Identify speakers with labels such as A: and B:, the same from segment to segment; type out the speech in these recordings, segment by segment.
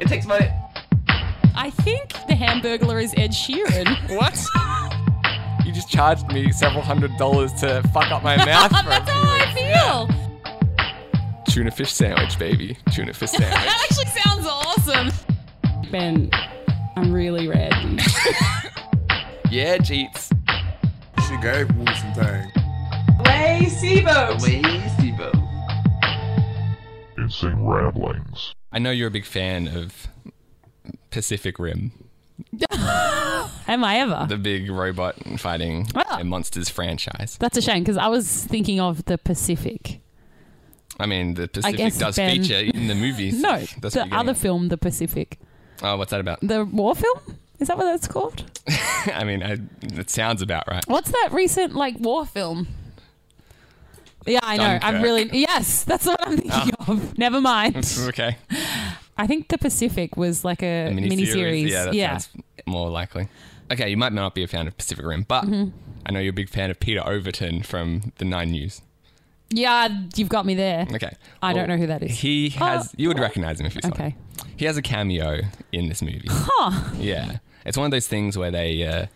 A: It takes money.
B: I think the Hamburglar is Ed Sheeran.
C: What? You just charged me several hundred dollars to fuck up my mouth for a
B: That's
C: few
B: how I
C: weeks.
B: feel.
C: Tuna fish sandwich, baby. Tuna fish sandwich.
B: That actually sounds awesome. Ben, I'm really red.
C: yeah, Jeets.
D: She gave me some things.
A: Way Sibo. Way Sibo.
E: Insane Ramblings.
C: I know you're a big fan of Pacific Rim,
B: Am I ever?
C: the big robot fighting
B: Ah.
C: and monsters franchise.
B: That's a shame because I was thinking of the Pacific.
C: I mean, the Pacific
B: guess
C: does
B: Ben-
C: feature in the movies.
B: No,
C: That's what
B: the
C: you're getting
B: other
C: at.
B: film, The Pacific.
C: oh, what's that about?
B: The war film? Is that what that's called?
C: I mean, I, it sounds about right.
B: What's that recent like war film? Yeah, I know. I'm
C: Dunkirk. Ah.
B: really yes. That's what I'm thinking of. Never mind.
C: okay.
B: I think The Pacific was like a mini series.
C: Yeah, that sounds more likely. Okay, you might not be a fan of Pacific Rim, but
B: Mm-hmm.
C: I know you're a big fan of Peter Overton from the Nine News.
B: Yeah, you've got me there.
C: Okay.
B: I don't know who that is. Uh,
C: He has. you would recognize him if you saw
B: Okay.
C: him. He has a cameo in this movie.
B: Huh.
C: Yeah. It's one of those things where they uh,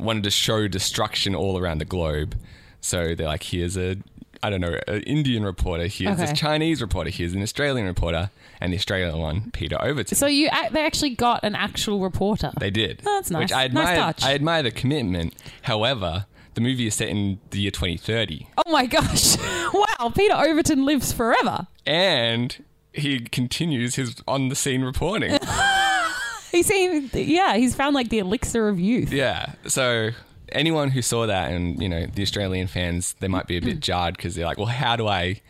C: wanted to show destruction all around the globe. So they're like, here's a, I don't know, an Indian reporter, here's
B: Okay.
C: a Chinese reporter, here's an Australian reporter, and the Australian one, Peter Overton.
B: So you ac- they actually got an actual reporter.
C: they did.
B: Oh, that's nice.
C: Which I admire,
B: Nice touch.
C: I admire the commitment. However, the movie is set in the year 2030.
B: oh my gosh! wow, Peter Overton lives forever.
C: And he continues his on the scene reporting.
B: He's seen, yeah, he's found like the elixir of youth.
C: Yeah. So anyone who saw that, and you know, the Australian fans, they might be a bit jarred because they're like, "Well, how do I,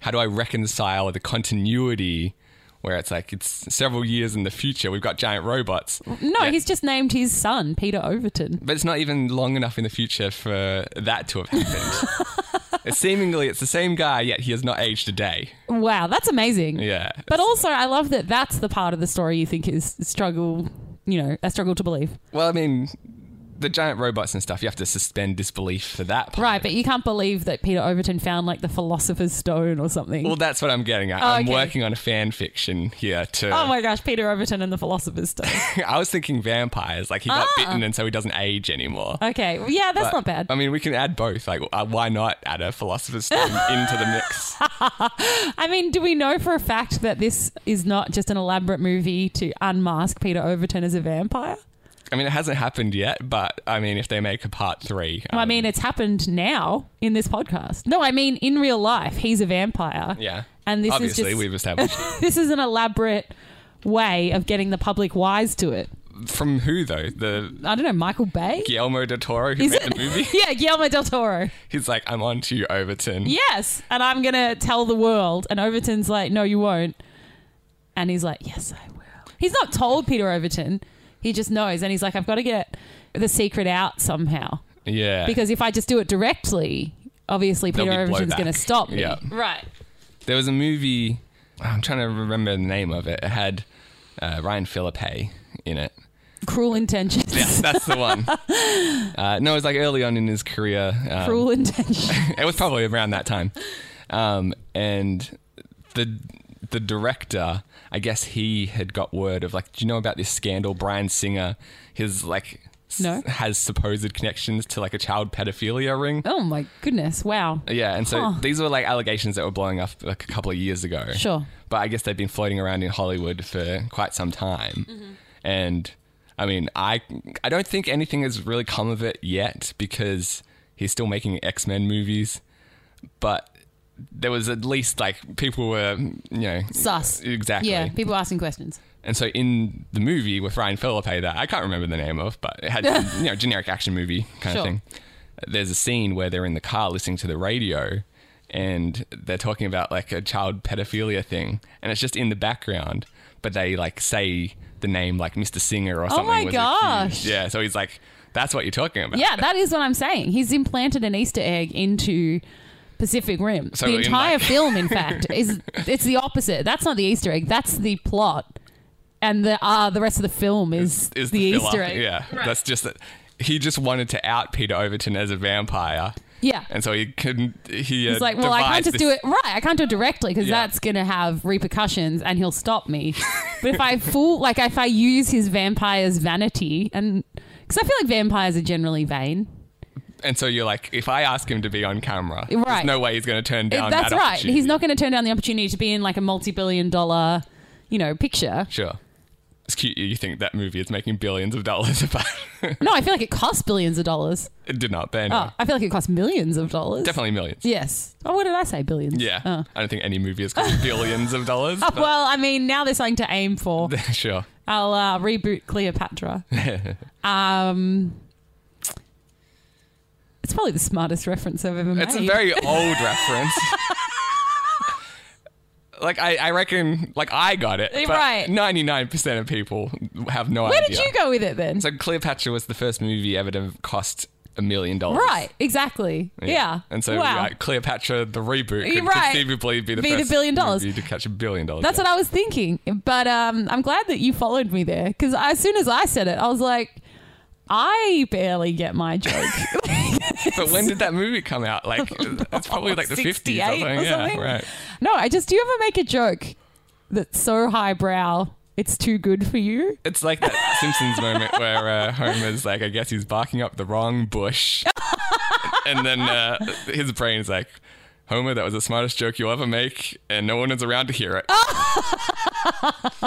C: how do I reconcile the continuity?" Where it's like it's several years in the future, we've got giant robots,
B: No,
C: Yeah.
B: he's just named his son Peter Overton.
C: but it's not even long enough in the future for that to have happened. It's Seemingly, it's the same guy, yet he has not aged a day.
B: Wow, that's amazing.
C: Yeah,
B: But also, I love that that's the part of the story you think is struggle, you know, a struggle to believe.
C: well, I mean, the giant robots and stuff—you have to suspend disbelief for that part.
B: Right, but you can't believe that Peter Overton found like the philosopher's stone or something.
C: Well, that's what I'm getting at.
B: Oh,
C: I'm
B: okay.
C: working on a fan fiction here to
B: oh my gosh, Peter Overton and the philosopher's stone.
C: I was thinking vampires. Like he got
B: Ah.
C: bitten, and so he doesn't age anymore.
B: Okay, well, yeah, that's
C: But,
B: not bad.
C: I mean, we can add both. Like, uh, why not add a philosopher's stone into the mix?
B: I mean, do we know for a fact that this is not just an elaborate movie to unmask Peter Overton as a vampire?
C: I mean, it hasn't happened yet, but I mean, if they make a part three,
B: Well, I
C: um,
B: mean, it's happened now in this podcast. No, I mean in real life, he's a vampire.
C: yeah,
B: And this
C: obviously
B: is just
C: we've established
B: this is an elaborate way of getting the public wise to it.
C: from who though the
B: I don't know, Michael Bay?
C: Guillermo del Toro who
B: Is
C: made
B: it-
C: the movie.
B: yeah, Guillermo del Toro.
C: He's like, I'm on to you, Overton.
B: Yes. And I'm going to tell the world. And Overton's like, no, you won't. And he's like, yes, I will. He's not told Peter Overton. He just knows. And he's like, I've got to get the secret out somehow.
C: yeah.
B: Because if I just do it directly, obviously
C: There'll
B: Peter
C: be
B: Overton's
C: blowback.
B: going to stop me.
C: Yeah.
B: Right.
C: There was a movie. I'm trying to remember the name of it. It had uh, Ryan Philippe in it.
B: Cruel intentions.
C: Yeah, that's the one. Uh, no, it was like early on in his career. Um,
B: Cruel intentions.
C: It was probably around that time. Um, and the the director, I guess he had got word of like, do you know about this scandal? Brian Singer, his like. s-
B: No.
C: Has supposed connections to like a child pedophilia ring.
B: oh my goodness. Wow.
C: Yeah, and so
B: Huh.
C: these were like allegations that were blowing up like a couple of years ago.
B: Sure.
C: But I guess they've been floating around in Hollywood for quite some time.
B: Mm-hmm.
C: And I mean, I I don't think anything has really come of it yet because he's still making X-Men movies, but there was at least like people were, you know,
B: Sus.
C: Exactly.
B: Yeah. People asking questions.
C: And so in the movie with Ryan Philippe that I can't remember the name of, but it had you know generic action movie kind
B: Sure.
C: of thing. There's a scene where they're in the car listening to the radio and they're talking about like a child pedophilia thing and it's just in the background, but they like say the name like Mr. Singer or something.
B: Oh my
C: was
B: gosh.
C: accused. Yeah, so he's like that's what you're talking about.
B: Yeah, that is what I'm saying. He's implanted an Easter egg into Pacific Rim.
C: So
B: the
C: in,
B: entire
C: like-
B: film, in fact, is it's the opposite. That's not the Easter egg. That's the plot, and the uh, the rest of the film is,
C: Is
B: the,
C: filler.
B: Easter egg.
C: Yeah. That's just that he just wanted to out Peter Overton as a vampire.
B: Yeah.
C: And so he couldn't he uh,
B: He's like, well, I can't
C: devised
B: just
C: this-
B: do it right. I can't do it directly because
C: Yeah.
B: that's going to have repercussions, and he'll stop me. But if I fool, like if I use his vampire's vanity, and because I feel like vampires are generally vain.
C: And so you're like, if I ask him to be on camera,
B: Right.
C: there's no way he's going to turn
B: If-
C: down
B: that's
C: that
B: right. He's
C: opportunity.
B: not going to turn down the opportunity to be in like a multi-billion-dollar, you know, picture.
C: Sure. It's cute you think that movie is making billions of dollars, but
B: No, I feel like it costs billions of dollars.
C: it did not. But
B: Oh,
C: anyway,
B: I feel like it costs millions of dollars.
C: definitely millions.
B: Yes. Oh, what did I say? Billions.
C: Yeah.
B: Oh.
C: I don't think any movie is called billions of dollars.
B: Oh,
C: but-
B: well, I mean, now there's something to aim for.
C: sure.
B: I'll uh, reboot Cleopatra. um, it's probably the smartest reference I've ever made.
C: It's a very old reference. Like I, I reckon, like I got it.
B: You're
C: but
B: right.
C: Ninety-nine percent of people have no
B: Where
C: idea.
B: did you go with it then?
C: So Cleopatra was the first movie ever to cost a million dollars.
B: right. Exactly. Yeah.
C: And so
B: wow.
C: like, Cleopatra the reboot
B: You're
C: could
B: right.
C: conceivably be the
B: Be the
C: first
B: billion dollars.
C: movie to catch a billion dollars.
B: That's what I was thinking. But um, I'm glad that you followed me there because as soon as I said it, I was like, I barely get my joke.
C: But when did that movie come out? Like it's probably like the 50s or
B: 68
C: something.
B: or
C: yeah,
B: something.
C: right.
B: no, I just, do you ever make a joke that's so highbrow, it's too good for you?
C: It's like that Simpsons moment where uh, Homer's like, I guess he's barking up the wrong bush. and then uh, his brain's like, Homer, that was the smartest joke you'll ever make, and no one is around to hear it.
B: Oh, I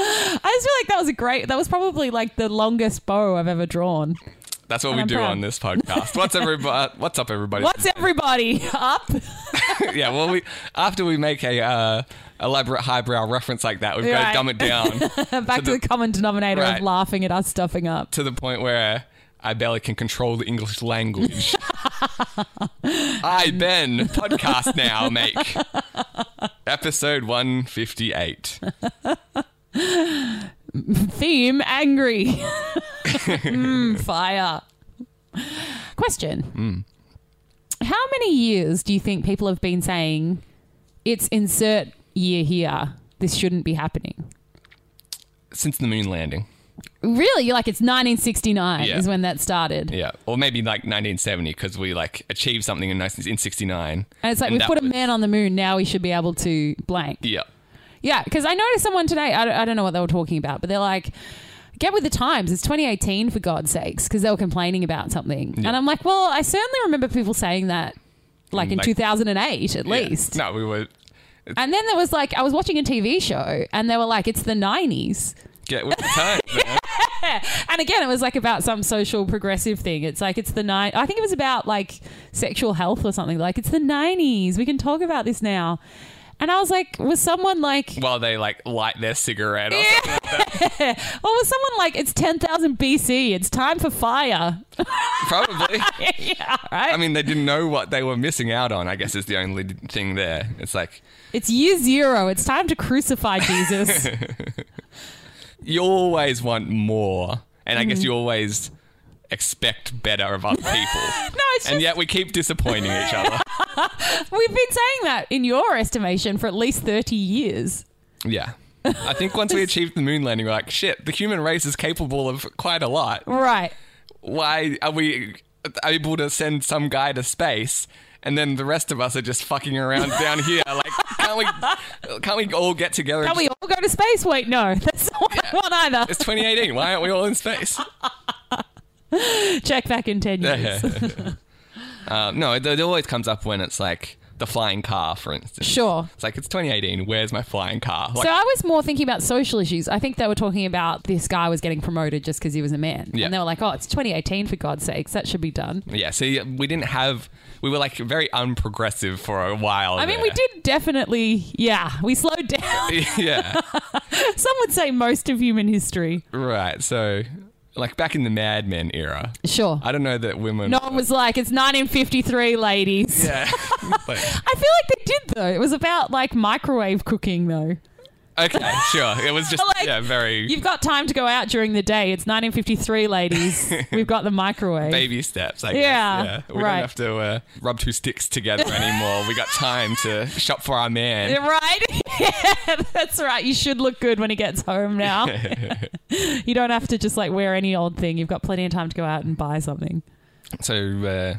B: just feel like that was a great, that was probably like the longest bow I've ever drawn.
C: That's what we
B: I'm
C: do
B: proud.
C: on this podcast. What's everybody? What's up, everybody?
B: What's everybody up?
C: yeah, well, we after we make a uh, elaborate highbrow reference like that, we've got
B: Right.
C: to dumb it down
B: Back to the
C: the-
B: common denominator of
C: Right.
B: laughing at us stuffing up.
C: to the point where I barely can control the English language. I Ben podcast now make episode one fifty eight.
B: Theme angry. Mm, fire.
C: Hmm.
B: Question. How many years do you think people have been saying it's insert year here? This shouldn't be happening.
C: Since the moon landing,
B: Really? You're like, it's 1969
C: Yeah.
B: is when that started.
C: yeah, or maybe like nineteen seventy because we like achieved something in nineteen in sixty nine.
B: And it's like, we put a man on the moon. Now we should be able to blank.
C: Yeah,
B: Yeah, because I noticed someone today. I don't, I don't know what they were talking about, but they're like, "Get with the times." It's 2018 for God's sakes, because they were complaining about something, and I'm like, "Well, I certainly remember people saying that, like in
C: Like-
B: 2008 at
C: yeah.
B: least."
C: No, we were.
B: And then there was like, I was watching a TV show, and they were like, "It's the 90s,"
C: Get with the time. man.
B: and again, it was like about some social progressive thing. It's like it's the nine. I think it was about like sexual health or something. Like it's the 90s. We can talk about this now. And I was like, was someone like
C: While they like light their cigarette. Or something.
B: Or was someone like, it's 10,000 BC, it's time for fire?
C: Probably.
B: yeah, right?
C: I mean, they didn't know what they were missing out on. I guess is the only thing there. It's like
B: it's year zero, it's time to crucify Jesus.
C: you always want more, and I
B: Mm-hmm.
C: guess you always expect better of other people,
B: no, it's
C: and
B: just,
C: yet we keep disappointing each other.
B: we've been saying that in your estimation for at least 30 years.
C: Yeah. I think once we achieved the moon landing, we're like, shit, the human race is capable of quite a lot.
B: Right.
C: Why are we able to send some guy to space and then the rest of us are just fucking around down here? Like, can't we, can't we all get together?
B: Can
C: and
B: we all go to space? Wait, no, that's not what I want either.
C: It's 2018. Why aren't we all in space?
B: Check back in 10 years.
C: um, no, it, it always comes up when it's like the flying car, for instance.
B: Sure.
C: It's like, it's 2018. Where's my flying car? Like,
B: So I was more thinking about social issues. I think they were talking about this guy was getting promoted just because he was a man.
C: Yeah.
B: And they were like, oh, it's 2018 for God's sakes. That should be done.
C: yeah, see, we didn't have, we were like very unprogressive for a while.
B: I mean, we
C: there.
B: did definitely, yeah, we slowed down.
C: yeah.
B: Some would say most of human history.
C: Right. So, like back in the Mad Men era,
B: Sure.
C: I don't know that women.
B: No one was like, it's 1953, ladies.
C: Yeah.
B: I
C: But-
B: feel like they did, though. It was about like microwave cooking, though.
C: okay, sure. It was just
B: Like,
C: yeah, very
B: You've got time to go out during the day. It's 1953, ladies. We've got the microwave.
C: baby steps. I guess.
B: Yeah,
C: We
B: right.
C: don't have to uh, rub two sticks together anymore. we got time to shop for our man.
B: Right? Yeah, that's right. You should look good when he gets home now. you don't have to just like wear any old thing. You've got plenty of time to go out and buy something.
C: So, uh,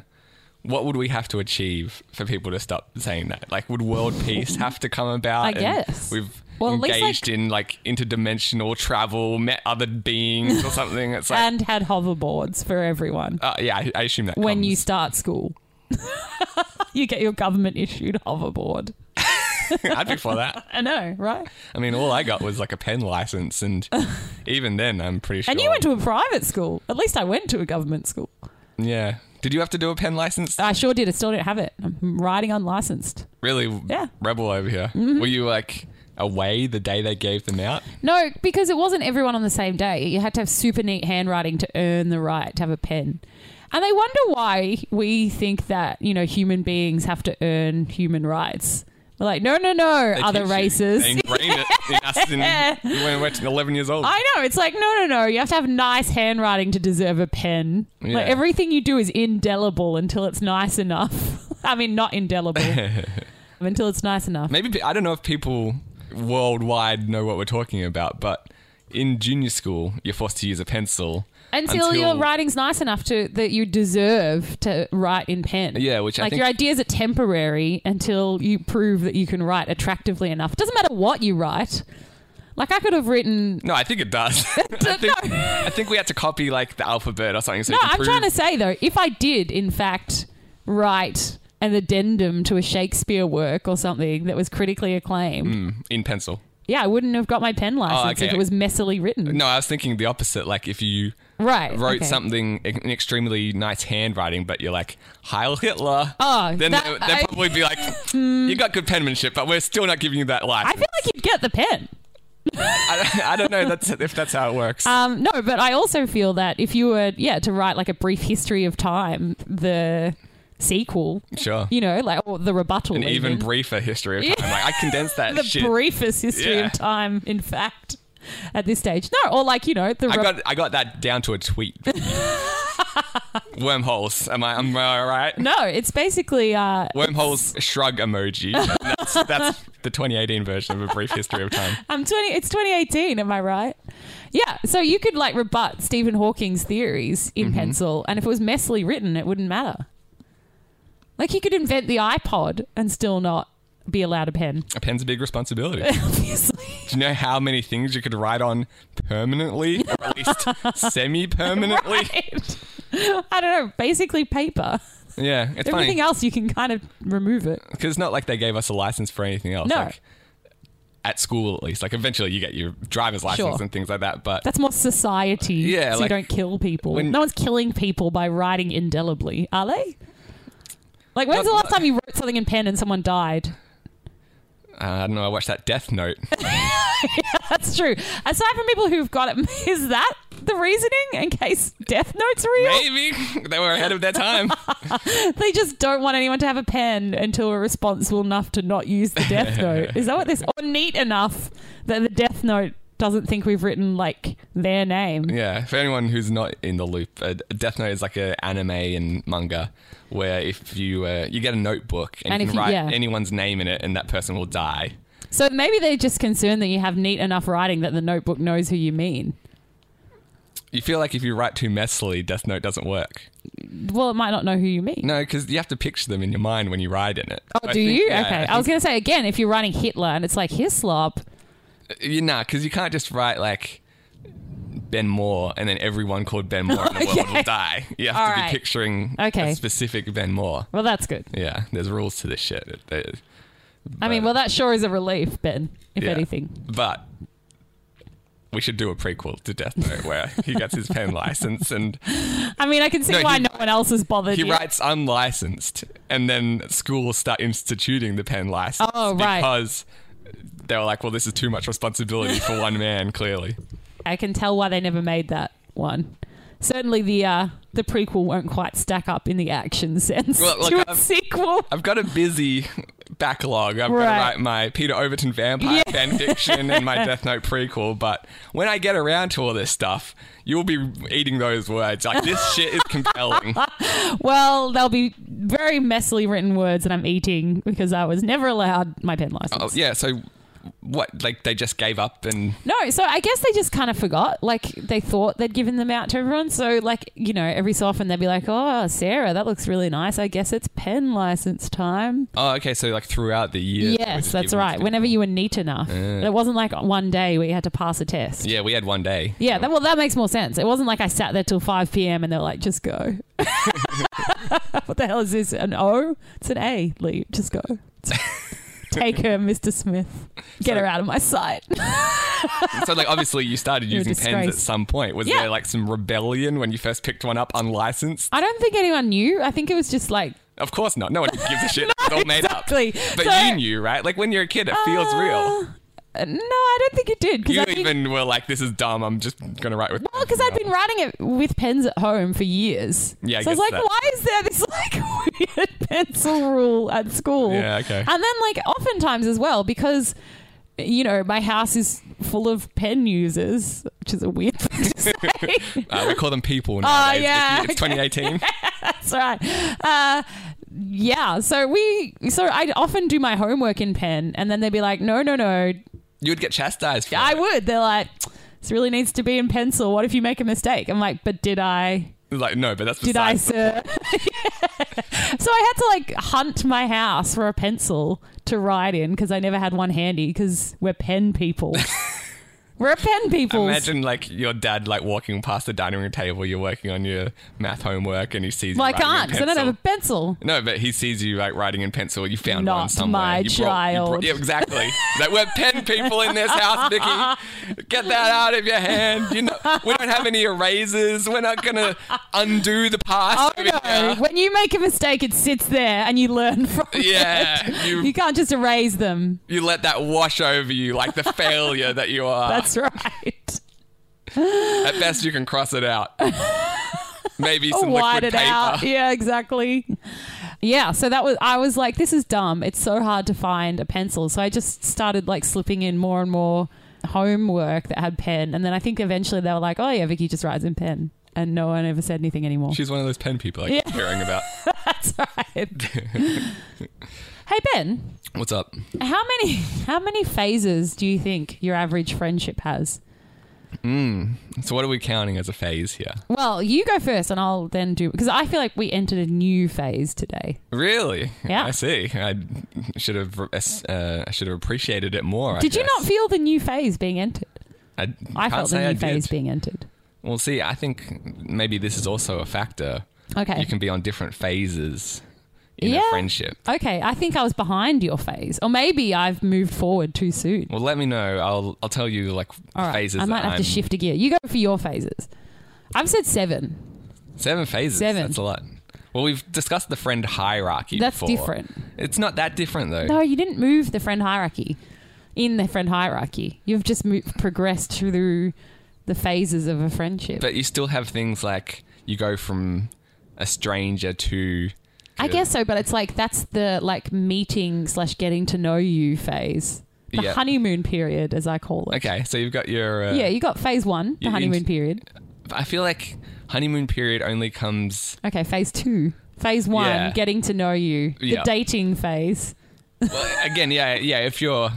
C: what would we have to achieve for people to stop saying that? Like, would world peace have to come about?
B: I
C: And
B: guess.
C: we've
B: Well, at least,
C: engaged
B: like-
C: in like interdimensional travel, met other beings or something. It's like,
B: and had hoverboards for everyone
C: uh, yeah, I, I assume that
B: when you
C: comes.
B: start school. you get your government issued hoverboard.
C: I'd be for that.
B: I know, right?
C: I mean, all I got was like a pen license, and even then, I'm pretty sure.
B: And you went to a private school. At least I went to a government school.
C: yeah. Did you have to do a pen license?
B: I sure did. I still don't have it. I'm riding unlicensed.
C: Really,
B: Yeah. Mm-hmm.
C: rebel over here. Were you like away the day they gave them out?
B: No, because it wasn't everyone on the same day. You had to have super neat handwriting to earn the right to have a pen. And they wonder why we think that, you know, human beings have to earn human rights. We're like, no, no, no,
C: They
B: other
C: teach you-
B: races.
C: They ingrained it in us in,
B: Yeah.
C: when we were 11 years old.
B: I know. It's like, no, no, no. You have to have nice handwriting to deserve a pen.
C: Yeah.
B: Like, everything you do is indelible until it's nice enough. I mean, not indelible. until it's nice enough.
C: Maybe pe- I don't know if people worldwide know what we're talking about, but in junior school, you're forced to use a pencil
B: Until, your writing's nice enough to that you deserve to write in pen.
C: Yeah, which I
B: like
C: think-
B: your ideas are temporary until you prove that you can write attractively enough. Doesn't matter what you write. Like I could have written.
C: No, I think it does. I, think, I think we had to copy like the alphabet or something. So
B: No,
C: you can
B: I'm
C: prove-
B: trying to say though, if I did in fact write an addendum to a Shakespeare work or something that was critically acclaimed,
C: in pencil.
B: yeah, I wouldn't have got my pen license if
C: Hmm. Oh, okay.
B: it was messily written.
C: No, I was thinking the opposite. Like if you
B: Right,
C: wrote
B: okay.
C: something in extremely nice handwriting, but you're like Heil Hitler.
B: Oh,
C: then
B: that-
C: they, would
B: I- Hmm.
C: probably be like, you got good penmanship, but we're still not giving you that
B: I
C: license.
B: feel like you'd get the pen.
C: I, I don't know that's, if that's how it works.
B: Um, no, but I also feel that if you were, yeah, to write like a brief history of time, the sequel,
C: sure.
B: you know, like or the rebuttal,
C: An even
B: even.
C: briefer history of time. Like I condensed that
B: the
C: shit.
B: briefest history
C: Yeah.
B: of time, in fact, at this stage. No, or like you know, the
C: I
B: re-
C: got I got that down to a tweet. Wormholes. Am I am I all right?
B: no, it's basically uh,
C: Wormholes shrug emoji. That's, that's the 2018 version of a brief history of time.
B: I'm 20. It's 2018. Am I right? Yeah. So you could like rebut Stephen Hawking's theories
C: Mm-hmm.
B: in pencil, and if it was messily written, it wouldn't matter. Like you could invent the iPod and still not be allowed a pen.
C: A pen's a big responsibility.
B: Obviously.
C: Do you know how many things you could write on permanently, or at least semi-permanently?
B: Right. I don't know. Basically, paper.
C: Yeah, it's
B: Everything
C: funny
B: else you can kind of remove it.
C: because it's not like they gave us a license for anything else.
B: No.
C: Like, at school, at least, like eventually you get your driver's license
B: Sure.
C: and things like that. But
B: That's more society.
C: Yeah,
B: so you
C: like,
B: don't kill people.
C: when-
B: no one's killing people by writing indelibly, are they? Like, when's
C: Not-
B: the last
C: not-
B: time you wrote something in pen and someone died?
C: uh, I don't know. I watched that Death Note.
B: That's true. Aside from people who've got it, is that the reasoning in case Death Note's real?
C: Maybe they were ahead of their time.
B: They just don't want anyone to have a pen until we're responsible enough to not use the Death Note. Is that what this? Or neat enough that the Death Note doesn't think we've written like their name.
C: Yeah, for anyone who's not in the loop, uh, Death Note is like an anime and manga where if you uh, you get a notebook and,
B: And
C: you
B: if
C: can
B: you-
C: write
B: yeah.
C: anyone's name in it, and that person will die.
B: So maybe they're just concerned that you have neat enough writing that the notebook knows who you mean.
C: You feel like if you write too messily, Death Note doesn't work.
B: Well, it might not know who you mean.
C: No, because you have to picture them in your mind when you write in it.
B: Oh, do you? okay. I, was going to say again, if you're writing Hitler and it's like Hislop,
C: you nah, because you can't just write like Ben Moore and then everyone called Ben Moore in the world
B: Okay.
C: will die. You have
B: All
C: to be
B: right.
C: picturing
B: Okay.
C: a specific Ben Moore.
B: well, that's good.
C: Yeah, there's rules to this shit. It- it-
B: I mean,
C: But-
B: well, that sure is a relief, Ben, if
C: Yeah.
B: anything.
C: But we should do a prequel to Death Note where he gets his pen license and
B: I mean, I can see
C: No,
B: why
C: he-
B: no one else is bothered.
C: he
B: yet.
C: writes unlicensed, and then schools start instituting the pen license
B: Oh, right.
C: because they were like, well, this is too much responsibility for one man. Clearly,
B: I can tell why they never made that one. Certainly, the uh, the prequel won't quite stack up in the action sense
C: Well, look,
B: to a
C: I've-
B: sequel.
C: I've got a busy backlog. I've got
B: Right.
C: to write my Peter Overton vampire
B: Yeah.
C: fan fiction and my Death Note prequel. But when I get around to all this stuff, you'll be eating those words. Like this shit is compelling.
B: Well, there'll be very messily written words that I'm eating because I was never allowed my pen license.
C: Oh, yeah, so what? Like they just gave up and
B: No, so I guess they just kind of forgot. Like they thought they'd given them out to everyone. So like you know, every so often they'd be like, "Oh, Sarah, that looks really nice. I guess it's pen license time."
C: oh, okay. So like throughout the year. they were
B: yes,
C: just
B: that's
C: giving it
B: right.
C: to-
B: Whenever you were neat enough, And it wasn't like one day where you had to pass a test.
C: yeah, we had one day.
B: Yeah, that, well, that makes more sense. It wasn't like I sat there till 5 p.m. and they were like, just go. what the hell is this? An O? It's an A, Lee. Just go. Take her, Mr. Smith. Get her out of my sight.
C: So like obviously you started
B: a
C: using pens at
B: disgrace.
C: some point. Was
B: Yeah.
C: there like some rebellion when you first picked one up unlicensed?
B: I don't think anyone knew. I think it was just like,
C: Of course not. No one gives a shit. it's all made
B: exactly.
C: up. But
B: So-
C: you knew, right? Like when you're a kid, it feels real.
B: uh, no, I don't think it did. Cause
C: You
B: I think,
C: even were like, "This is dumb. I'm just gonna write with."
B: Well, because I'd Oh, been writing it with pens at home for years.
C: Yeah, I
B: so I was
C: guess
B: like,
C: that-
B: why is there this like weird pencil rule at school?
C: Yeah, okay.
B: And then like oftentimes as well because you know my house is full of pen users, which is a weird thing to say.
C: Uh, we call them people nowadays. Vicky.
B: Oh, yeah,
C: It's 2018.
B: That's right. Uh, yeah, so we so I often do my homework in pen, and then they'd be like, no, no, no,
C: You would get chastised for
B: I
C: it.
B: would. They're like. This really needs to be in pencil. What if you make a mistake? I'm like, but did I?
C: Like, no, but that's
B: did I,
C: besides-
B: sir? so I had to like hunt my house for a pencil to write in because I never had one handy because we're pen people. we're pen people.
C: Imagine like your dad like walking past the dining room table. You're working on your math homework, and he sees.
B: well, I
C: you writing in
B: can't because I don't have
C: pencil.
B: a pencil.
C: No, but he sees you like writing in pencil. You found one
B: Not
C: somewhere.
B: my
C: you brought- you brought-
B: child.
C: yeah, exactly. that we're pen people in this house, Vicky. Get that out of your hand. You know, we don't have any erasers. We're not gonna undo the past. over
B: Oh, No,
C: here.
B: when you make a mistake, it sits there and you learn from it.
C: Yeah, you
B: You can't just erase them.
C: you let that wash over you like the failure that you are.
B: That's right.
C: At best, you can cross it out. Maybe some
B: Wide
C: liquid
B: it
C: paper.
B: out. Yeah, exactly. Yeah, so that was I was like, this is dumb. It's so hard to find a pencil. So I just started like slipping in more and more homework that had pen. And then I think eventually they were like, Oh yeah, Vicky just writes in pen. And no one ever said anything anymore.
C: She's one of those pen people I keep hearing about.
B: That's right. hey Ben,
C: What's up?
B: how many how many phases do you think your average friendship has?
C: So, what are we counting as a phase here?
B: Well, you go first and I'll then do because I feel like we entered a new phase today.
C: Really?
B: Yeah.
C: I see. I should have. Uh, I should have appreciated it more.
B: Did you not feel the new phase being entered?
C: I,
B: I
C: can't
B: felt
C: say
B: the new
C: I
B: phase
C: did.
B: being entered.
C: Well, see, I think maybe this is also a factor.
B: Okay.
C: You can be on different phases in
B: Yeah.
C: a friendship.
B: Okay, I think I was behind your phase, or maybe I've moved forward too soon.
C: Well, let me know. I'll I'll tell you like
B: All right,
C: phases.
B: I might
C: that
B: have
C: I'm,
B: to shift a gear. You go for your phases. I've said seven.
C: Seven phases.
B: Seven.
C: That's a lot. Well, we've discussed the friend hierarchy.
B: That's
C: before.
B: different.
C: It's not that different though.
B: No, you didn't move the friend hierarchy. In the friend hierarchy, you've just moved, progressed through the phases of a friendship.
C: But you still have things like you go from a stranger to
B: I guess so, but it's like that's the like meeting slash getting to know you phase, the
C: Yeah.
B: honeymoon period, as I call it.
C: okay. So you've got your uh,
B: Yeah, you got phase one, the
C: You- you-
B: honeymoon period.
C: I feel like honeymoon period only comes.
B: Okay, phase two. Phase one,
C: Yeah.
B: getting to know you. The
C: Yeah.
B: dating phase.
C: Well, again, yeah, yeah. If you're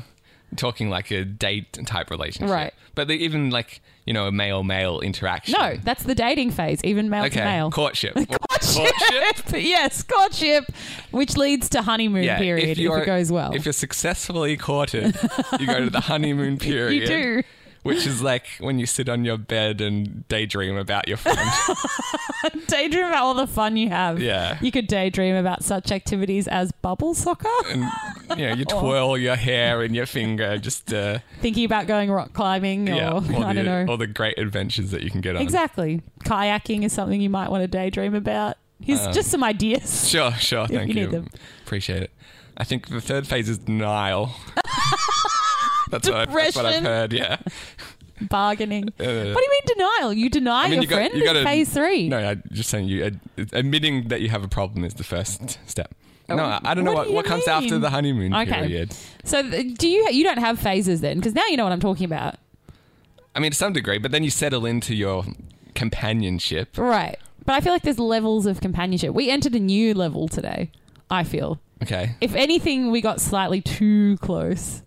C: talking like a date type relationship,
B: Right.
C: But the, even like you know a male male interaction.
B: No, that's the dating phase, even male
C: Okay.
B: to male.
C: Courtship.
B: yes, courtship, which leads to honeymoon
C: Yeah,
B: period if,
C: you're-
B: it goes well.
C: If you're successfully courted, you go to the honeymoon period.
B: you do.
C: Which is like when you sit on your bed and daydream about your friend.
B: Daydream about all the fun you have.
C: Yeah.
B: You could daydream about such activities as bubble soccer,
C: and you know, you twirl your hair and your finger, just uh,
B: thinking about going rock climbing or
C: yeah, all
B: I
C: the,
B: don't know.
C: all the great adventures that you can get on.
B: exactly. Kayaking is something you might want to daydream about. Here's
C: Uh,
B: just some ideas.
C: Sure, sure. Thank
B: you
C: you.
B: need them.
C: Appreciate it. I think the third phase is denial. that's, what I've, that's what I've
B: Depression.
C: heard. Yeah.
B: Bargaining.
C: Uh,
B: What do you mean denial? You deny your
C: you got-
B: friend
C: you gotta-
B: in phase three.
C: No, I'm just saying you ad- admitting that you have a problem is the first step. No, I- I don't know
B: Oh, what
C: what,
B: do you
C: what comes after
B: mean?
C: the honeymoon
B: Okay.
C: period.
B: So th- do you you don't have phases then? Because now you know what I'm talking about,
C: I mean, to some degree, but then you settle into your companionship.
B: right? But I feel like there's levels of companionship. We entered a new level today. I feel.
C: Okay.
B: If anything, we got slightly too close.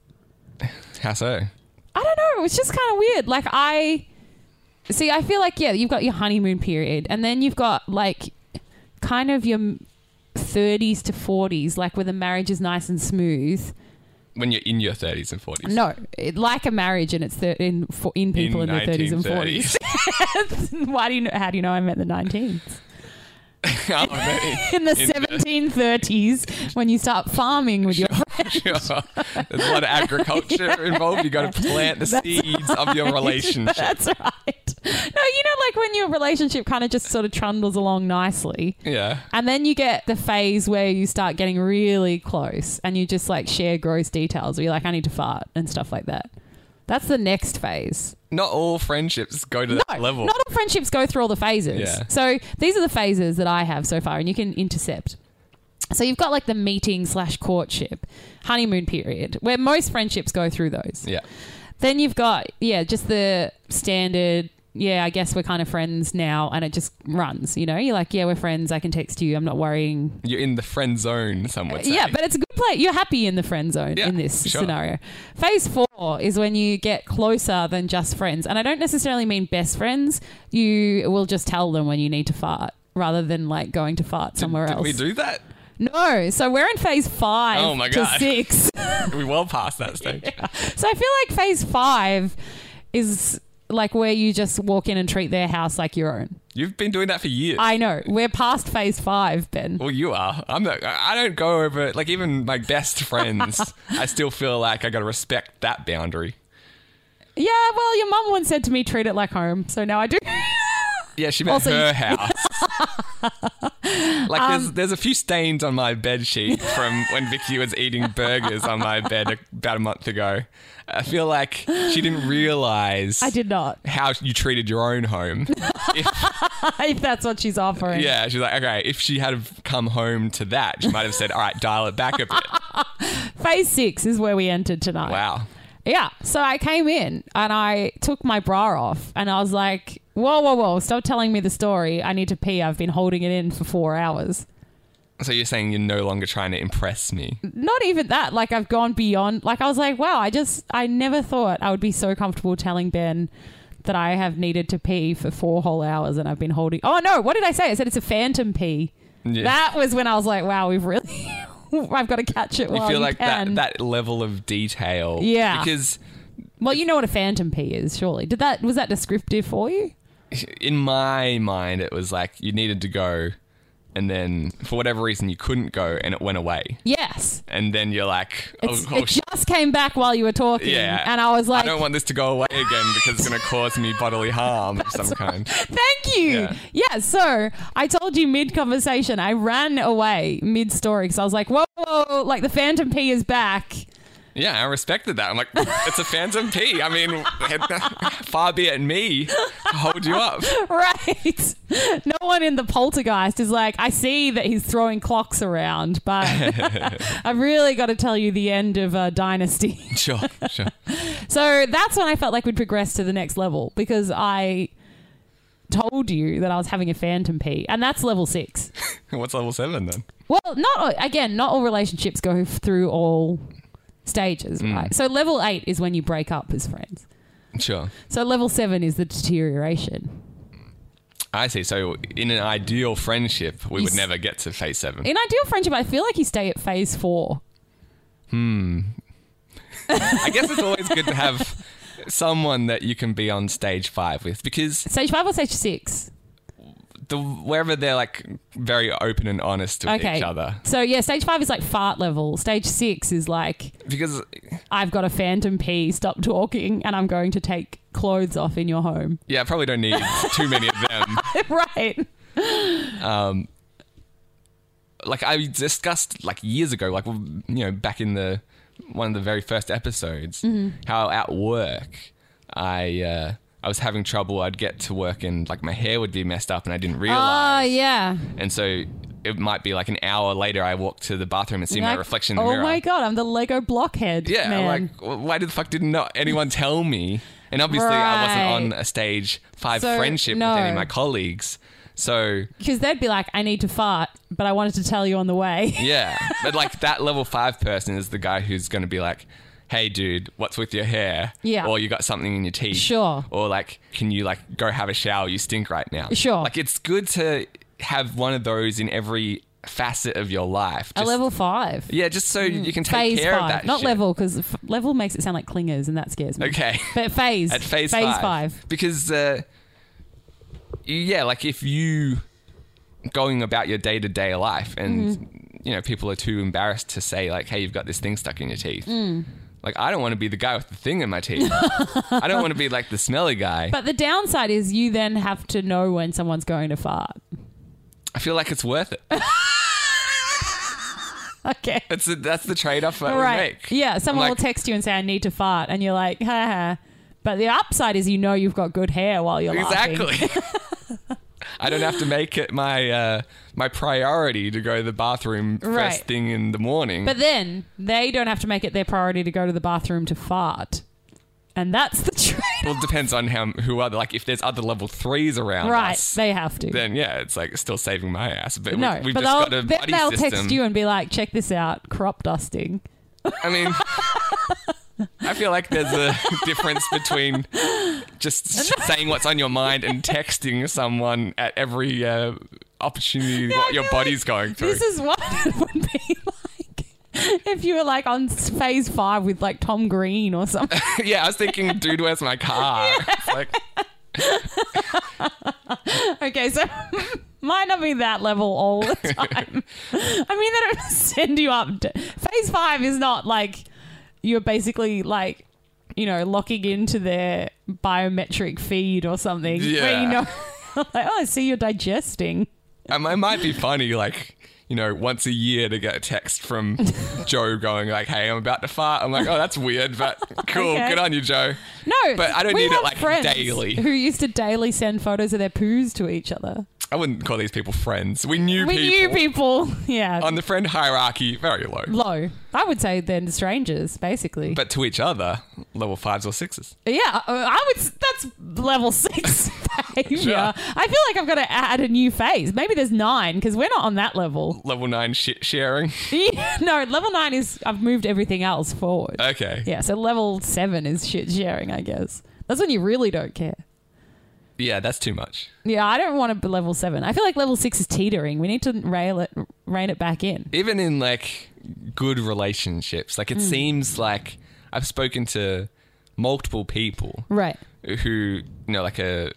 C: How so?
B: I don't know. It was just kind of weird. Like I see. I feel like yeah, you've got your honeymoon period, and then you've got like kind of your thirties to forties, like where the marriage is nice and smooth.
C: When you're in your 30s and 40s.
B: No, it, like a marriage, and it's thir- in for, in people in,
C: In
B: their thirties and
C: 1930s.
B: forties. Why do you know? How do you know I'm at the nineteens?
C: Oh, mate.
B: In the
C: In the-
B: seventeen thirties, when you start farming with your
C: Sure. There's a lot of agriculture involved. You got to plant the seeds of your relationship.
B: That's right. No, you know, like when your relationship kind of just sort of trundles along nicely.
C: Yeah.
B: And then you get the phase where you start getting really close and you just like share gross details where you're like, I need to fart and stuff like that. That's the next phase.
C: Not all friendships go to that
B: No,
C: level.
B: Not all friendships go through all the phases.
C: Yeah.
B: So these are the phases that I have so far, and you can intercept. So you've got like the meeting slash courtship, honeymoon period, where most friendships go through those.
C: yeah.
B: Then you've got, yeah, just the standard, yeah, I guess we're kind of friends now, and it just runs, you know? You're like, yeah, we're friends. I can text you. I'm not worrying.
C: You're in the friend zone, some would say.
B: Yeah, but it's a good place. You're happy in the friend zone
C: Yeah,
B: in this
C: sure.
B: scenario. Phase four is when you get closer than just friends. And I don't necessarily mean best friends. You will just tell them when you need to fart rather than like going to fart somewhere
C: Did
B: else.
C: we do that?
B: no. So we're in phase five
C: Oh my
B: to
C: God.
B: six.
C: We well past that stage.
B: So I feel like phase five is like where you just walk in and treat their house like your own.
C: You've been doing that for years.
B: I know. We're past phase five, Ben.
C: well, you are. I'm not. I I don't go over like even my best friends. I still feel like I got to respect that boundary.
B: Yeah, well, your mum once said to me, treat it like home. So now I do.
C: Yeah, she meant
B: Also,
C: her
B: you- Um,
C: house. like there's there's a few stains on my bed sheet from when Vicky was eating burgers on my bed about a month ago. I feel like she didn't realize
B: I did not.
C: how you treated your own home.
B: if that's what she's offering.
C: yeah, she's like, okay, if she had have come home to that, she might have said, all right, dial it back a bit.
B: Phase six is where we entered tonight.
C: Wow.
B: Yeah. So I came in and I took my bra off and I was like, whoa, whoa, whoa, stop telling me the story. I need to pee. I've been holding it in for four hours.
C: So you're saying you're no longer trying to impress me?
B: not even that. Like I've gone beyond. Like I was like, wow, I just I never thought I would be so comfortable telling Ben that I have needed to pee for four whole hours and I've been holding. Oh no, what did I say? I said it's a phantom pee.
C: Yeah.
B: That was when I was like, wow, we've really. I've got to catch it
C: you
B: while
C: feel like
B: can.
C: that that level of detail?
B: Yeah.
C: Because
B: Well, you know what a phantom pee is, surely. Did that was that descriptive for you?
C: in my mind, it was like you needed to go, and then for whatever reason you couldn't go, and it went away,
B: Yes.
C: and then you're like, oh,
B: It's,
C: oh
B: it
C: sh-
B: just came back while you were talking,
C: yeah,
B: and I was like,
C: I don't want this to go away again because it's going to cause me bodily harm of some kind.
B: Thank you.
C: Yeah.
B: Yeah. so I told you mid conversation, I ran away mid story because I was like, whoa, whoa, whoa, like the Phantom P is back.
C: Yeah, I respected that. I'm like, it's a phantom pee. I mean, far be it me to hold you up.
B: Right. No one in the poltergeist is like, I see that he's throwing clocks around, but I've really got to tell you the end of uh, Dynasty.
C: Sure, sure.
B: So that's when I felt like we'd progressed to the next level because I told you that I was having a Phantom P, and that's level six.
C: What's level seven then?
B: Well, not all- again. Not all relationships go f- through all stages,
C: Mm.
B: right? So level eight is when you break up as friends.
C: Sure.
B: So level seven is the deterioration.
C: I see. So, in an ideal friendship, we
B: You
C: would
B: s-
C: never get to phase seven.
B: In ideal friendship, I feel like you stay at phase four.
C: I guess it's always good to have someone that you can be on stage five with because
B: Stage five or stage six?
C: the wherever they're like very open and honest with
B: Okay.
C: each other.
B: So yeah, stage five is like fart level. Stage six is like
C: Because
B: I've got a phantom pee. Stop talking, and I'm going to take clothes off in your home.
C: yeah, I probably don't need too many of them.
B: right.
C: Like I discussed like years ago, like you know back in the one of the very first episodes, how at work I. Uh, I was having trouble. I'd get to work and like my hair would be messed up, and I didn't
B: Oh
C: realize.
B: yeah.
C: And so it might be like an hour later, I walk to the bathroom and see my
B: Like,
C: reflection in the
B: oh
C: mirror.
B: my god, I'm the Lego blockhead.
C: Yeah,
B: man.
C: I'm like, "Well, why did the fuck did not anyone tell me? And obviously, I wasn't
B: Right.
C: on a stage five
B: So,
C: friendship
B: no.
C: with any of my colleagues. So
B: Because they'd be like, I need to fart, but I wanted to tell you on the way.
C: yeah, but like that level five person is the guy who's going to be like, hey dude, what's with your hair?
B: Yeah.
C: Or you got something in your teeth.
B: Sure.
C: Or like, can you like go have a shower? You stink right now.
B: Sure.
C: Like it's good to have one of those in every facet of your life.
B: A
C: Just-
B: level five.
C: Yeah, just so you can take
B: Mm. phase
C: care
B: five,
C: of that.
B: not
C: shit.
B: level because f- level makes it sound like clingers, and that scares me.
C: Okay.
B: but phase
C: At phase,
B: phase
C: five. Because uh, yeah, like if you going about your day to day life and
B: Mm-hmm.
C: you know people are too embarrassed to say like, hey, you've got this thing stuck in your teeth.
B: Mm.
C: Like I don't want to be the guy with the thing in my teeth. I don't want to be like the smelly guy.
B: But the downside is you then have to know when someone's going to fart.
C: I feel like it's worth it.
B: Okay.
C: It's a, that's the trade off that
B: right.
C: we make.
B: Yeah. Someone
C: Like-
B: will text you and say, "I need to fart," and you're like, "Ha ha." But the upside is you know you've got good hair while you're laughing.
C: Exactly. I don't have to make it my uh, my priority to go to the bathroom
B: Right.
C: first thing in the morning.
B: But then they don't have to make it their priority to go to the bathroom to fart, and that's the trade.
C: well, it depends on how who other like if there's other level threes around
B: Right.
C: us,
B: They have to.
C: then yeah, it's like still saving my ass. But
B: no,
C: we, we've
B: but
C: just got
B: they'll,
C: a
B: then
C: buddy
B: they'll
C: system.
B: text you and be like, "Check this out, crop dusting."
C: I mean, I feel like there's a difference between just saying what's on your mind and texting someone at every uh, opportunity
B: I
C: what your
B: feel
C: body's
B: like
C: going through.
B: This is what it would be like if you were like on phase five with like Tom Green or something.
C: yeah, I was thinking, dude, where's my car? It's like.
B: okay, so might not be that level all the time. I mean, they don't send you up. To, phase five is not like you're basically like. You know, locking into their biometric feed or something. Where you
C: Yeah.
B: know, like, oh, I see you're digesting.
C: Um, it might be funny, like, you know, once a year to get a text from Joe going like, "Hey, I'm about to fart." I'm like, "Oh, that's weird, but cool.
B: Okay.
C: Good on you, Joe."
B: No,
C: But I don't
B: we
C: need it,
B: have
C: like,
B: friends
C: daily.
B: Who used to daily send photos of their poos to each other?
C: I wouldn't call these people friends. We knew
B: We
C: people
B: knew people. Yeah.
C: on the friend hierarchy very low,
B: low. I would say then strangers, basically.
C: but to each other, level fives or sixes.
B: yeah, I- I would. s- That's level six behavior.
C: Sure.
B: I feel like I've got to add a new phase. Maybe there's nine because we're not on that level.
C: Level nine shit sharing.
B: Yeah, no, level nine is I've moved everything else forward.
C: Okay.
B: yeah, so level seven is shit sharing, I guess. That's when you really don't care.
C: Yeah, that's too much.
B: Yeah, I don't want to be level seven. I feel like level six is teetering. We need to rail it, rein it back in.
C: even in like good relationships,
B: Hmm.
C: like it seems like I've spoken to multiple people
B: Right.
C: who you know like a,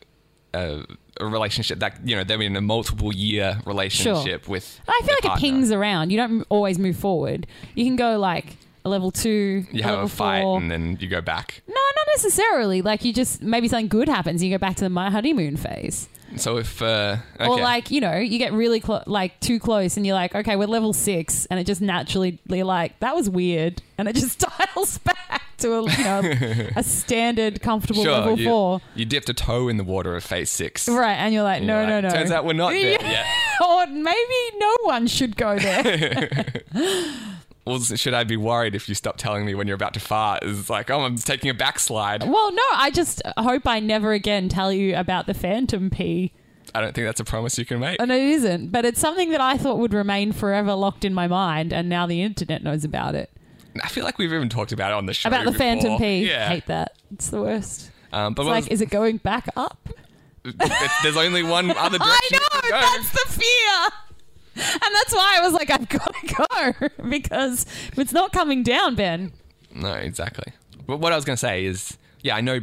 C: a a relationship that you know they're in a multiple year relationship with.
B: I feel
C: their
B: like
C: partner.
B: it pings around. You don't always move forward. You can go like a level two,
C: You
B: a
C: have
B: level
C: a fight
B: four.
C: and then you go back.
B: no, not necessarily. Like you just maybe something good happens. You go back to the my honeymoon phase,
C: So if uh, okay.
B: or like you know you get really clo- like too close, and you're like, okay, we're level six, and it just naturally you're like that was weird, and it just dials back to a you know a standard comfortable
C: sure,
B: level
C: you,
B: four,
C: you dipped a toe in the water of phase six.
B: right? And you're like,
C: And
B: no,
C: you're
B: no,
C: like,
B: no.
C: Turns out we're not there
B: Yeah.
C: yet.
B: or maybe no one should go there.
C: Well, should I be worried if you stop telling me when you're about to fart? It's like, oh, I'm taking a backslide.
B: well, no, I just hope I never again tell you about the phantom pee.
C: I don't think that's a promise you can make.
B: And Uh, it isn't, but it's something that I thought would remain forever locked in my mind, and now the internet knows about it.
C: I feel like we've even talked about it on the show
B: About the
C: before.
B: phantom pee.
C: Yeah,
B: Hate that. It's the worst.
C: Um, but
B: It's
C: what
B: like,
C: was-
B: is it going back up?
C: it- there's only one other direction.
B: I
C: it
B: know,
C: can go.
B: that's the fear. And that's why I was like, I've got to go because it's not coming down, Ben.
C: No, exactly. But what I was going to say is, yeah, I know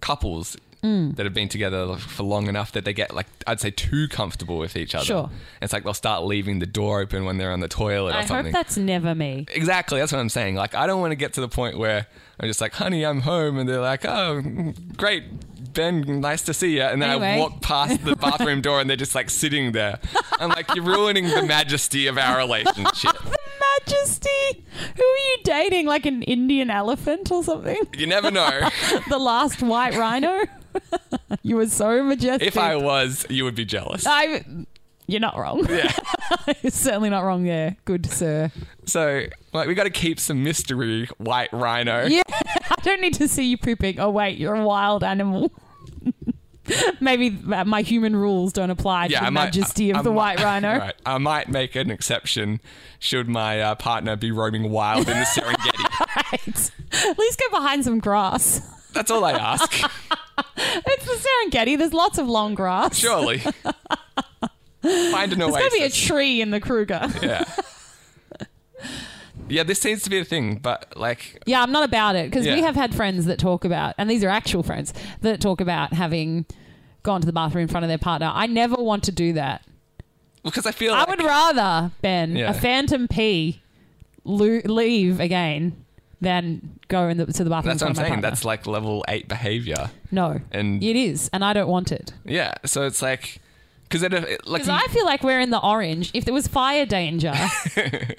C: couples
B: Mm.
C: that have been together for long enough that they get like I'd say too comfortable with each other.
B: Sure.
C: It's like they'll start leaving the door open when they're on the toilet
B: I
C: or something.
B: hope that's never me.
C: exactly. That's what I'm saying. Like I don't want to get to the point where I'm just like, "Honey, I'm home," and they're like, "Oh, great." Ben, nice to see you. And then I
B: Anyway.
C: walk past the bathroom door and they're just like sitting there. I'm like, you're ruining the majesty of our relationship.
B: the Majesty. Who are you dating? Like an Indian elephant or something?
C: You never know.
B: The last white rhino? you were so majestic.
C: If I was, you would be jealous.
B: I- you're not wrong.
C: Yeah.
B: You're certainly not wrong there. Good sir.
C: So, like, we got to keep some mystery, white rhino.
B: Yeah. I don't need to see you pooping. Oh wait, you're a wild animal. Maybe that my human rules don't apply to
C: Yeah,
B: the
C: I might-
B: majesty of
C: I- I
B: the
C: might-
B: white rhino.
C: Right. I might make an exception should my uh, partner be roaming wild in the Serengeti.
B: Right. At least go behind some grass.
C: That's all I ask.
B: It's the Serengeti. There's lots of long grass.
C: Surely. Find an
B: There's
C: oasis.
B: got to be a tree in the Kruger.
C: yeah. Yeah, this seems to be the thing, but like,
B: Yeah, I'm not about it because
C: Yeah.
B: we have had friends that talk about, and these are actual friends that talk about having gone to the bathroom in front of their partner. I never want to do that.
C: because I feel
B: I
C: like
B: would rather Ben
C: Yeah.
B: a phantom pee lo- leave again than go in the, to the bathroom.
C: that's
B: in
C: what I'm
B: front of my
C: saying.
B: partner.
C: That's like level eight behavior.
B: no,
C: and-
B: it is, and I don't want it
C: Yeah, so it's like, because it like
B: because I feel like we're in the orange. If there was fire danger,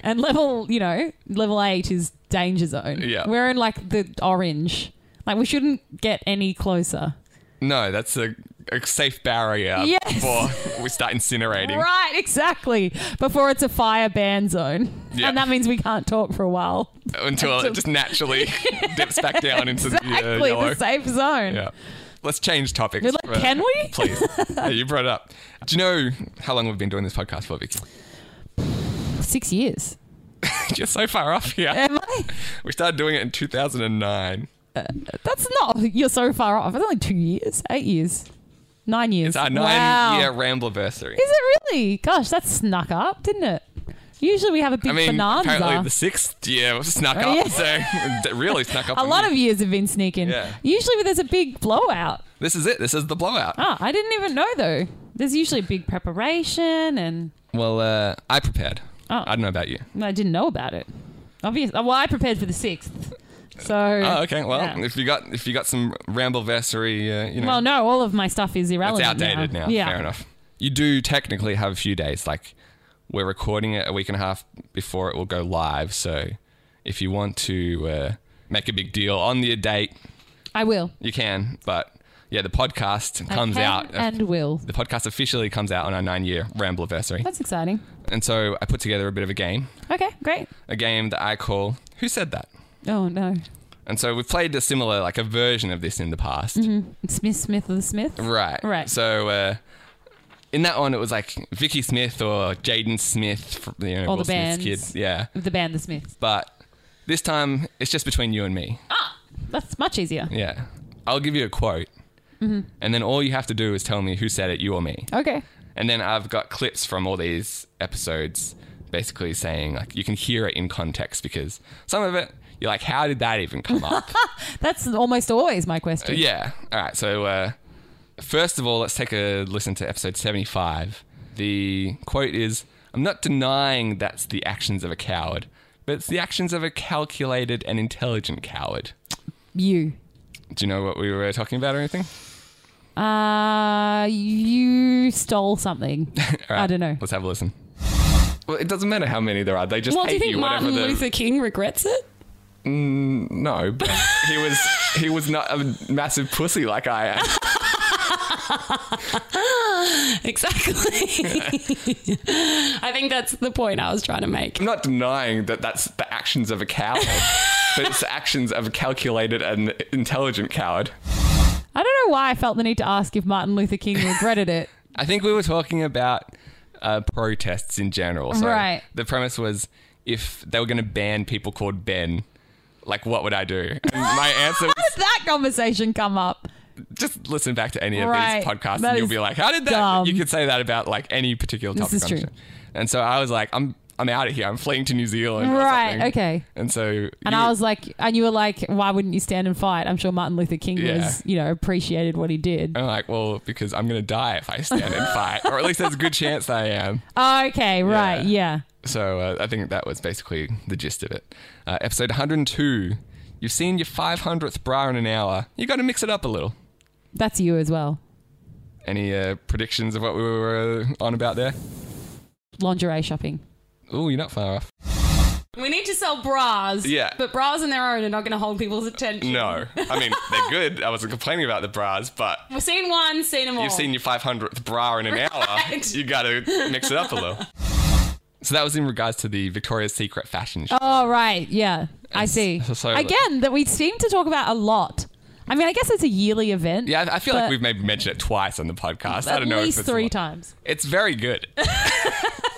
B: and level you know level eight is danger zone.
C: Yeah.
B: we're in like the orange. Like we shouldn't get any closer.
C: no, that's a, a safe barrier
B: Yes.
C: before we start incinerating.
B: Right, exactly. Before it's a fire ban zone.
C: Yeah.
B: And that means we can't talk for a while.
C: until it just naturally dips back down into the uh,
B: Exactly,
C: yellow.
B: the safe zone.
C: yeah. Let's change topics.
B: We're like,
C: for-
B: can we?
C: Please. Yeah, you brought it up. Do you know how long we've been doing this podcast for, Vicky?
B: Six years.
C: You're so far off here.
B: Am I?
C: We started doing it in 2009.
B: That's not, you're so far off. It's only two years, eight years, nine years.
C: It's our nine
B: wow.
C: year Rambleversary.
B: Is it really? Gosh, that snuck up, didn't it? Usually we have a big
C: I mean, apparently the
B: bonanza.
C: sixth year snuck
B: Oh,
C: up. So it really snuck up.
B: A
C: on
B: lot
C: you.
B: of years have been sneaking.
C: Yeah.
B: Usually there's a big blowout.
C: This is it. This is the blowout.
B: Ah, I didn't even know though. There's usually a big preparation and
C: Well, uh, I prepared.
B: Oh.
C: I don't know about you.
B: I didn't know about it. Obvious. uh, Well, I prepared for the sixth. So.
C: Oh, okay. Well,
B: Yeah.
C: if you got if you got some Rambleversary, uh, you know.
B: Well, no, all of my stuff is
C: It's
B: irrelevant.
C: outdated now.
B: Yeah.
C: Fair enough. You do technically have a few days. Like we're recording it a week and a half before it will go live. So if you want to uh, make a big deal on the date,
B: I will.
C: you can. But yeah, the podcast
B: I
C: comes
B: can
C: out.
B: and will.
C: the podcast officially comes out on our nine-year ramble anniversary,
B: That's exciting.
C: and so I put together a bit of a game,
B: Okay, great.
C: a game that I call "Who Said That."
B: Oh no,
C: And so we've played a similar, like a version of this in the past,
B: it's Miss Smith of the Smith.
C: right?
B: Right.
C: So uh, in that one, it was like Vicky Smith or Jaden Smith, fr- you know,
B: Or the
C: Will Smith's
B: bands.
C: kid. Yeah,
B: The band, the Smiths.
C: but this time it's just between you and me.
B: That's much easier.
C: Yeah, I'll give you a quote,
B: Mm-hmm.
C: and then all you have to do is tell me who said it, you or me.
B: Okay.
C: And then I've got clips from all these episodes basically saying like you can hear it in context because some of it you're like how did that even come up
B: That's almost always my question.
C: yeah all right so uh, first of all let's take a listen to episode 75 the quote is i'm not denying that's the actions of a coward but it's the actions of a calculated and intelligent coward
B: You.
C: do you know what we were talking about or anything
B: Uh, you stole something. I don't know.
C: let's have a listen well it doesn't matter how many there are they just
F: Well,
C: hate
F: do you think
C: whatever
F: Martin
C: the- Mm,
F: Luther King regrets it?
C: No, but he was he was not a massive pussy like I am.
F: Exactly. I think that's the point I was trying to make.
C: I'm not denying that that's the actions of a coward, but it's the actions of a calculated and intelligent coward.
B: I don't know why I felt the need to ask if Martin Luther King regretted it.
C: I think we were talking about uh, protests in general. So
B: Right.
C: The premise was if they were going to ban people called Ben, like what would I do? And my answer
B: How did
C: was
B: that conversation come up?
C: just listen back to any of
B: Right.
C: these podcasts,
B: That
C: and you'll
B: is
C: be like, "How did that?"
B: dumb.
C: You could say that about like any particular topic.
B: is
C: on
B: true.
C: the show. And so I was like, "I'm I'm out of here. I'm fleeing to New Zealand." or
B: Right,
C: something.
B: okay.
C: And so
B: And I was like, and you were like, why wouldn't you stand and fight? I'm sure Martin Luther King
C: Yeah.
B: was, you know, appreciated what he did.
C: I'm like, well, because I'm gonna die if I stand and fight, or at least there's a good chance I am.
B: Okay, right, yeah.
C: So uh, I think that was basically the gist of it. Uh, episode 102. You've seen your 500th bra in an hour. You got to mix it up a little.
B: That's you as well.
C: Any uh, predictions of what we were uh, on about there?
B: Lingerie shopping.
C: Oh, you're not far off.
F: We need to sell bras.
C: Yeah.
F: But bras on their own are not going to hold people's attention.
C: No, I mean they're good. I wasn't complaining about the bras, but
F: We've seen one, seen them all.
B: Oh.
C: you've seen your 500th bra in an hour.
F: Right.
C: You got to mix it up a little. So that was in regards to the Victoria's Secret fashion show.
B: Oh, right, yeah. I see.
C: so- so-
B: Again, that we seem to talk about a lot. I mean, I guess it's a yearly event.
C: Yeah, I I feel
B: But-
C: like we've maybe mentioned it twice on the podcast. I
B: At
C: don't know.
B: least
C: if it's
B: three
C: a lot-
B: times.
C: It's very good.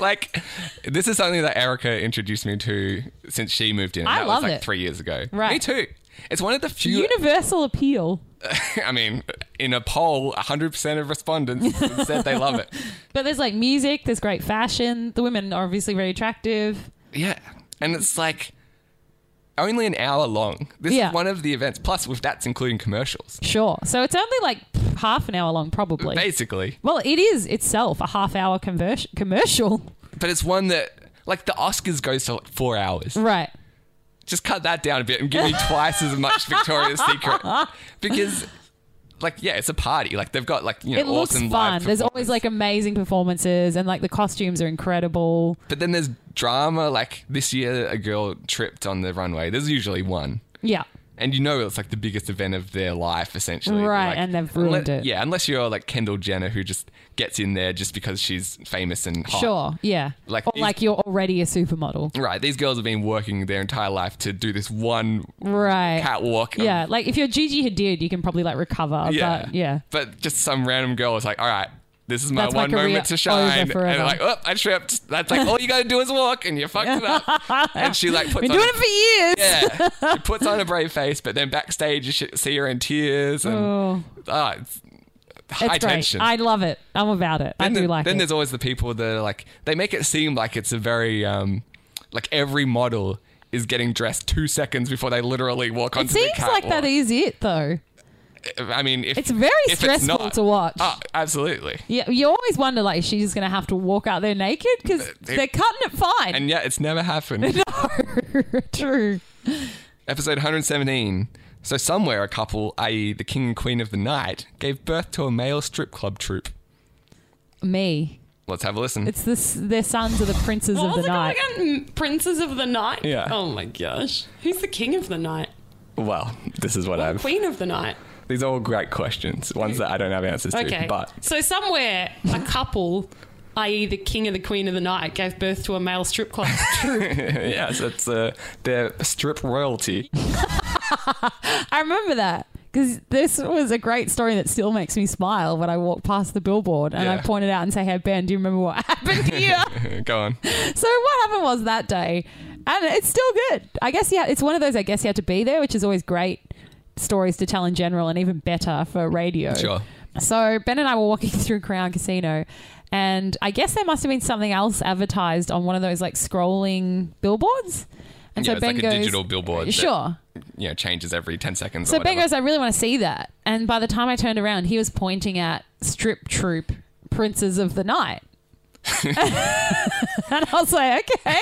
C: like, this is something that Erica introduced me to since she moved in. and
B: I
C: that
B: love
C: was like
B: it.
C: three years ago.
B: Right.
C: Me too. It's one of the few.
B: Universal appeal.
C: I mean, in a poll, 100% of respondents said they love it.
B: But there's like music, there's great fashion. The women are obviously very attractive.
C: Yeah. And it's like only an hour long. This
B: Yeah.
C: is one of the events. Plus, with that's including commercials.
B: Sure. So it's only like half an hour long, probably.
C: Basically.
B: well, it is itself a half hour convers- commercial.
C: But it's one that, like, the Oscars goes to like four hours.
B: Right.
C: Just cut that down a bit and give me twice as much Victoria's Secret. Because, like, yeah, it's a party. Like, they've got, like, you know,
B: It looks
C: awesome
B: fun.
C: live
B: There's always
C: performance.
B: like amazing performances and like the costumes are incredible.
C: But then there's drama. Like, this year, a girl tripped on the runway. There's usually one.
B: Yeah.
C: and you know it's like the biggest event of their life essentially
B: Right,
C: Like,
B: and they've ruined
C: unle-
B: it.
C: yeah unless you're like kendall jenner who just gets in there just because she's famous and hot
B: Sure. Yeah.
C: Oh. Like
B: or
C: these-
B: like you're already a supermodel.
C: right these girls have been working their entire life to do this one
B: Right.
C: catwalk of-
B: yeah. Like if you're Gigi Hadid, you can probably like recover.
C: yeah
B: But yeah.
C: but just some random girl is like all right this is my
B: That's my
C: one
B: career
C: moment to shine
B: over forever.
C: and like oh i tripped that's like all you gotta do is walk and you fucked it up and she like puts
B: Been
C: on
B: doing
C: a-
B: it for years.
C: Yeah, she puts on a brave face, but then backstage you should see her in tears and
B: Oh.
C: ah, it's high
B: It's great.
C: tension.
B: I love it. I'm about it. I
C: then
B: do
C: the-
B: like
C: then
B: it.
C: there's always the people that are like they make it seem like it's a very um, like every model is getting dressed two seconds before they literally walk
B: It
C: onto
B: seems
C: the
B: like that is it though.
C: catwalk. I mean, if
B: It's very
C: if
B: stressful
C: not-
B: to watch.
C: Ah, absolutely.
B: Yeah, you always wonder like, is she just gonna have to walk out there naked because they're cutting it fine.
C: And yet, it's never happened.
B: no, true.
C: Episode 117. So somewhere, a couple, i.e., the king and queen of the night, gave birth to a male strip club troupe.
B: Me,
C: Let's have a listen.
B: it's this. Their sons are the princes
F: What
B: of
F: was
B: the
F: it called
B: night.
F: again? Princes of the Night?
C: Yeah.
F: Oh my gosh. Who's the king of the night?
C: well, this is what I've.
F: Queen of the night.
C: These are all great questions, ones that I don't have answers
F: Okay.
C: to. But
F: so somewhere a couple, i.e. the king and the queen of the night, gave birth to a male strip club.
C: yes, it's uh, their strip royalty.
B: I remember that because this was a great story that still makes me smile when I walk past the billboard and I
C: Yeah.
B: point it out and say, "Hey Ben, do you remember what happened here?"
C: Go on.
B: So what happened was that day, and it's still good. I guess yeah, it's one of those. I guess you had to be there, which is always great stories to tell in general, and even better for radio.
C: Sure.
B: So Ben and I were walking through Crown Casino, and I guess there must have been something else advertised on one of those like scrolling billboards. And
C: Yeah,
B: so
C: it's
B: Ben
C: like
B: goes,
C: a digital billboard. that,
B: Sure.
C: you know, changes every ten seconds.
B: So
C: or whatever.
B: Ben goes, I really want to see that. And by the time I turned around, he was pointing at Strip Troop Princes of the Night. and I was like, okay,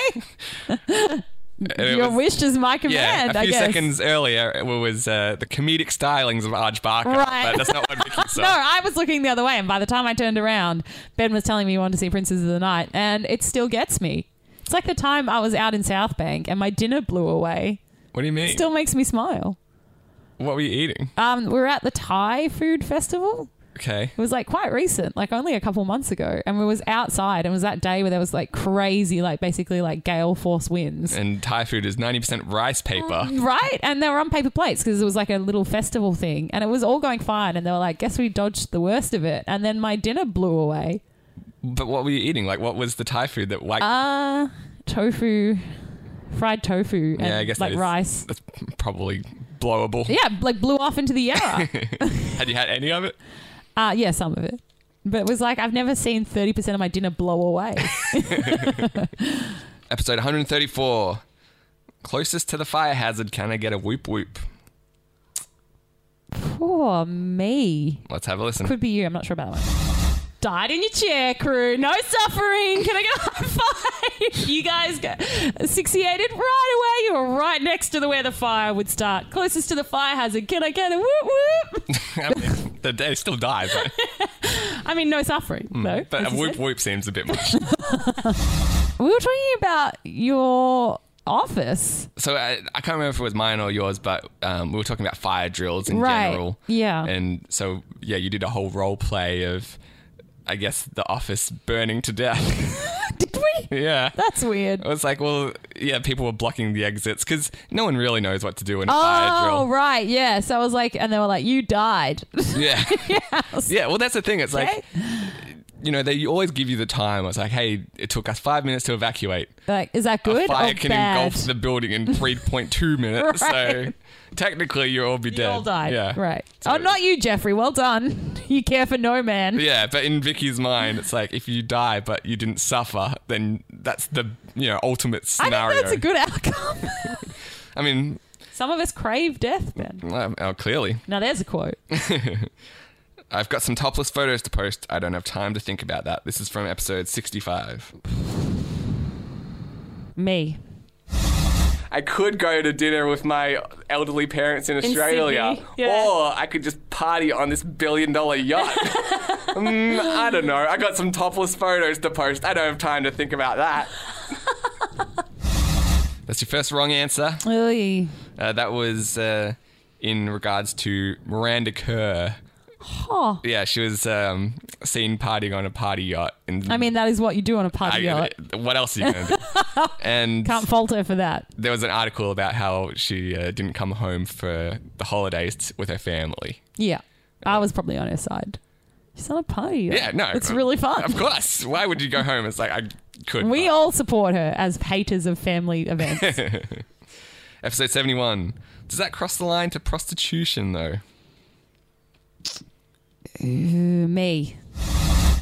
C: And it
B: your
C: was-
B: wish is my
C: Yeah,
B: command,
C: a
B: I
C: few
B: guess.
C: seconds earlier it was uh, the comedic stylings of Arj Barker.
B: Right.
C: But that's not what Vicky saw.
B: No, I was looking the other way, and by the time I turned around, Ben was telling me he wanted to see Princes of the Night, and it still gets me. It's like the time I was out in South Bank and my dinner blew away.
C: What do you mean?
B: Still makes me smile.
C: what were you eating?
B: Um, we were at the Thai food festival.
C: Okay.
B: It was like quite recent, like only a couple months ago, and we was outside, and it was that day where there was like crazy, like basically like gale force winds,
C: And Thai food is ninety percent rice paper.
B: right? And they were on paper plates because it was like a little festival thing, and it was all going fine, and they were like, "Guess we dodged the worst of it," and then my dinner blew away.
C: But what were you eating? Like, what was the Thai food that like?
B: Uh tofu, fried tofu, and
C: yeah, I guess
B: like
C: that is-
B: rice.
C: That's probably blowable.
B: Yeah, like blew off into the air.
C: Had you had any of it?
B: uh, yeah, some of it. But it was like I've never seen thirty percent of my dinner blow away.
C: Episode 134. Closest to the fire hazard, can I get a whoop whoop?
B: Poor me.
C: Let's have a listen.
B: Could be you. I'm not sure about that one. Died in your chair, crew. No suffering. Can I get a high five? You guys got asphyxiated right away. You were right next to the where the fire would start. Closest to the fire hazard. Can I get a whoop whoop?
C: I mean, the day still dies, right?
B: I mean, no suffering, though.
C: Mm, but um,
B: as
C: a
B: you
C: whoop
B: said.
C: whoop seems a bit much.
B: We were talking about your office.
C: so I, I can't remember if it was mine or yours, but um, we were talking about fire drills in
B: Right,
C: general.
B: yeah.
C: And so, yeah, you did a whole role play of, I guess, the office burning to death.
B: Did we? Really?
C: Yeah.
B: That's weird.
C: It was like, well, yeah, people were blocking the exits because no one really knows what to do in a Uh, fire
B: Oh,
C: drill.
B: right. Yeah. So I was like, and they were like, you died.
C: Yeah.
B: yeah. I was
C: yeah, well, that's the thing. It's
B: like, okay.
C: like, you know, they always give you the time. It's like, hey, it took us five minutes to evacuate.
B: Like, is that
C: A
B: good
C: fire
B: or
C: can
B: bad?
C: engulf the building in 3.2 minutes. So
B: Right.
C: technically, you'll all be
B: you
C: dead.
B: all died.
C: Yeah.
B: Right.
C: So-
B: oh, not you, Jeffrey. Well done. You care for no man.
C: Yeah, but in Vicky's mind, it's like if you die but you didn't suffer, then that's the you know ultimate
B: I
C: scenario.
B: think that's a good outcome.
C: I mean,
B: Some of us crave death, Ben.
C: well, oh, clearly,
B: Now there's a quote.
C: I've got some topless photos to post. I don't have time to think about that. This is from episode 65.
B: Me.
C: I could go to dinner with my elderly parents in Australia,
F: Sydney, yeah.
C: or I could just party on this billion dollar yacht. Mm, I don't know. I got some topless photos to post. I don't have time to think about that. That's your first wrong answer.
B: Really?
C: Uh, that was uh, in regards to Miranda Kerr.
B: Huh.
C: Yeah, she was um, seen partying on a party yacht. In,
B: I mean, that is what you do on a
C: I- uh,
B: party yacht.
C: what else are you going to do? and
B: Can't fault her for that.
C: there was an article about how she uh, didn't come home for the holidays with her family.
B: Yeah. I was probably on her side. She's on a party yacht.
C: Yeah, no. uh,
B: It's really fun.
C: Of course. Why would you go home? It's like, I could.
B: We
C: but-
B: all support her as haters of family events.
C: Episode 71. Does that cross the line to prostitution, though?
B: Me.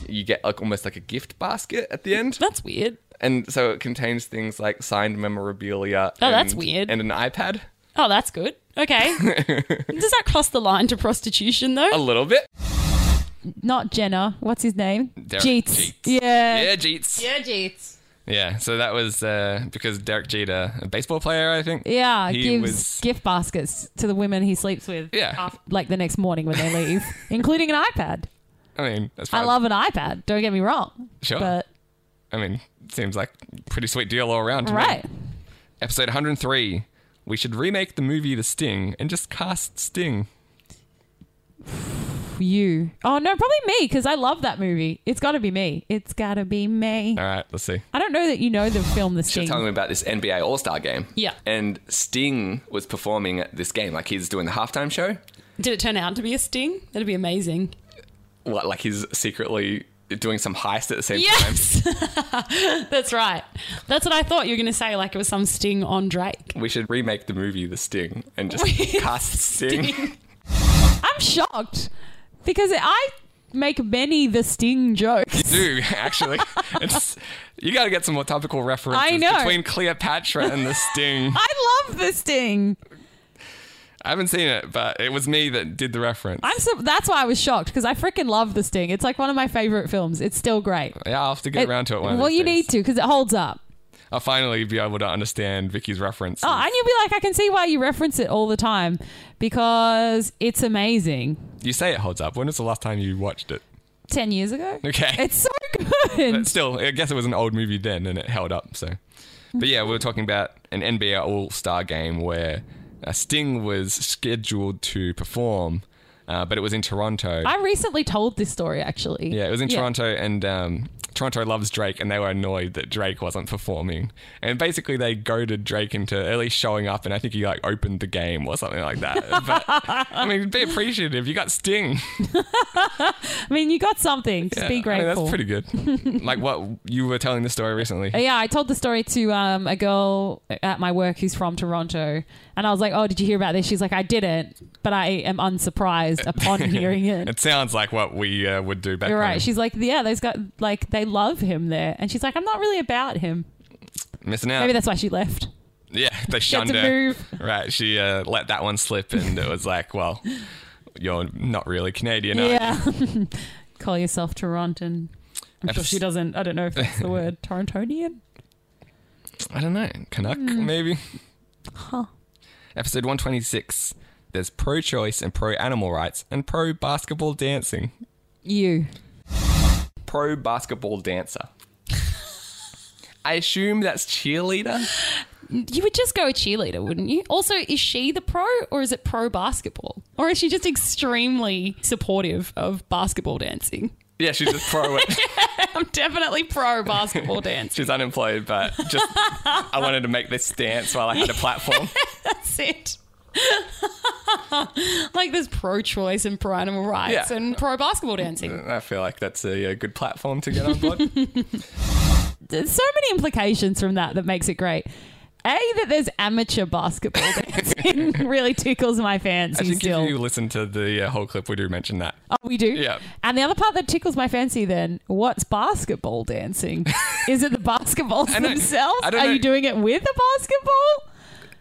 C: You get like almost like a gift basket at the end.
F: That's weird.
C: and so it contains things like signed memorabilia.
F: Oh,
C: and,
F: that's weird.
C: And an iPad,
F: Oh, that's good. Okay. Does that cross the line to prostitution
C: a
F: though?
C: little bit.
B: Not Jenna. What's his name?
C: Derek
B: Jeets.
C: Jeets.
B: Yeah.
C: Yeah, Jeets. Yeah,
F: Jeets.
C: so that was uh, because Derek Jeter, a baseball player, I think.
B: Yeah,
C: He
B: gives
C: was-
B: gift baskets to the women he sleeps with.
C: Yeah.
B: af- like the next morning when they leave, including an iPad.
C: I mean, that's
B: I
C: fine.
B: love an iPad. Don't get me wrong.
C: Sure.
B: But
C: I mean, seems like pretty sweet deal all around. to me.
B: right,
C: Episode 103. We should remake the movie The Sting and just cast Sting.
B: for you. Oh no, probably me because I love that movie. It's got to be me. It's got to be me.
C: All right, let's see.
B: I don't know that you know the film The Sting.
G: Telling me about this NBA All Star game.
F: Yeah.
G: And Sting was performing at this game. Like he's doing the halftime show.
F: Did it turn out to be a sting? That'd be amazing.
G: What, like he's secretly doing some heist at the same time.
F: Yes. That's right. That's what I thought you were going to say. Like it was some sting on Drake.
G: We should remake the movie The Sting and just
F: With
G: cast Sting.
B: I'm shocked because I make many The Sting jokes.
C: Do actually, it's you got to get some more topical references
B: I know.
C: between Cleopatra and The Sting.
B: I love The Sting.
C: I haven't seen it, but it was me that did the reference.
B: I'm so, that's why I was shocked because I freaking love The Sting. It's like one of my favorite films. It's still great.
C: yeah, I'll have to get
B: It-
C: around to it one of
B: Well,
C: these
B: you
C: days.
B: need to because it holds up.
C: I'll finally be able to understand Vicky's reference.
B: Oh, and you'll be like, I can see why you reference it all the time because it's amazing.
C: you say it holds up. When was the last time you watched it?
B: Ten years ago,
C: Okay.
B: it's so good.
C: But still, I guess it was an old movie then, and it held up. So, but yeah, we were talking about an NBA All Star game where uh, Sting was scheduled to perform, uh, but it was in Toronto.
B: I recently told this story actually.
C: yeah, it was in Toronto, and um, Toronto loves Drake, and they were annoyed that Drake wasn't performing. And basically, they goaded Drake into at least showing up, and I think he like opened the game or something like that. But I mean, be appreciative. You got Sting.
B: I mean, you got something. Just
C: Yeah,
B: be
C: I mean,
B: grateful. Oh,
C: that's pretty good. like what you were telling the story recently.
B: Yeah, I told the story to um, a girl at my work who's from Toronto, and I was like, "Oh, did you hear about this?" She's like, "I didn't, but I am unsurprised upon hearing it."
C: It sounds like what we uh, would do back
B: You're
C: home.
B: right. She's like, "Yeah, those got like they love him there," and she's like, "I'm not really about him."
C: missing out.
B: Maybe that's why she left.
C: yeah, they
B: She had
C: shunned
B: to
C: her.
B: move.
C: Right, she uh, let that one slip, and it was like, well, you're not really Canadian. are you?
B: Yeah. Call yourself Torontan. I'm sure she doesn't. I don't know if that's the word. Torontonian?
C: I don't know, Canuck maybe. Huh. Episode one twenty six. There's pro-choice and pro-animal rights and pro-basketball dancing.
B: You.
C: Pro basketball dancer. I assume that's cheerleader.
F: You would just go cheerleader, wouldn't you? Also, is she the pro or is it pro basketball? Or is she just extremely supportive of basketball dancing?
C: Yeah, she's just pro it.
F: I'm definitely pro basketball dance.
C: She's unemployed, but just I wanted to make this stance while I had a platform.
F: That's it. like there's pro choice and pro animal rights
C: Yeah.
F: and pro basketball dancing.
C: I feel like that's a, uh good platform to get on board.
B: There's so many implications from that that makes it great. A that there's amateur basketball dancing really tickles my fancy
C: I think
B: still.
C: if you listen to the uh, whole clip, we do mention that.
B: oh, we do.
C: Yeah.
B: And the other part that tickles my fancy then, what's basketball dancing? Is it the basketballs
C: I know.
B: themselves?
C: I don't
B: Are
C: know.
B: you doing it with a basketball?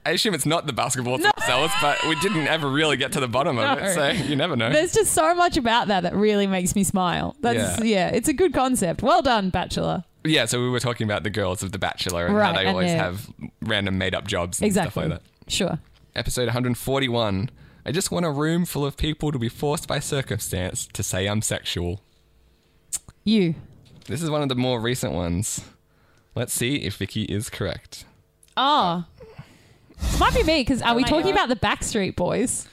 C: I assume it's not the basketball themselves, but we didn't ever really get to the bottom of
B: No.
C: it, so you never know.
B: There's just so much about that that really makes me smile. That's yeah, it's a good concept. Well done, Bachelor.
C: yeah, so we were talking about the girls of The Bachelor and
B: Right,
C: how they
B: and
C: always
B: their-
C: have random made up jobs and
B: Exactly.
C: stuff like that.
B: Sure.
C: Episode 141. I just want a room full of people to be forced by circumstance to say I'm sexual.
B: You.
C: This is one of the more recent ones. Let's see if Vicky is correct.
B: Oh. This might be me because are we
F: Oh my
B: talking
F: God.
B: about the Backstreet Boys?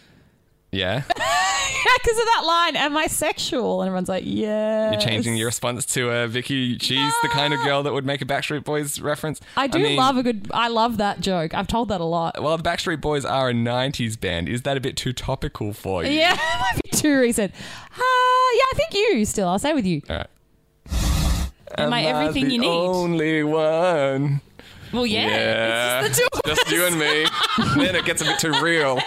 C: Yeah?
B: because of that line, am I sexual? And everyone's like, yeah.
C: You're changing your response to uh, Vicky. She's the kind of girl that would make a Backstreet Boys reference.
B: I do
C: mean,
B: love a good. I love that joke. I've told that a lot.
C: Well, the Backstreet Boys are a 90s band. Is that a bit too topical for you?
B: Yeah, might be too recent. Uh, yeah, I think you still. I'll say with you.
C: All right.
F: Am I everything
C: the
F: you need?
C: Only one.
F: Well, yeah.
C: Yeah.
F: It's just the two of
C: Just you and me. then it gets a bit too real.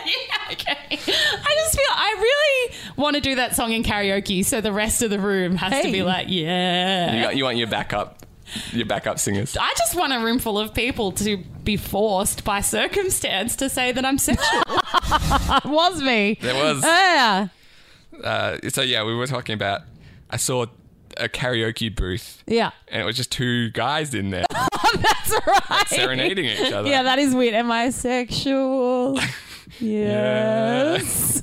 F: Okay. I just feel I really want to do that song in karaoke, so the rest of the room has to
B: Hey.
F: be like, yeah.
C: You, got- you want your backup, your backup singers.
F: I just want a room full of people to be forced by circumstance to say that I'm sexual.
B: It was me.
C: There was.
B: Yeah.
C: Uh, so yeah, we were talking about. I saw a karaoke booth,
B: Yeah.
C: and it was just two guys in there
B: That's right.
C: serenading each other.
B: Yeah, that is weird. Am I sexual? yes.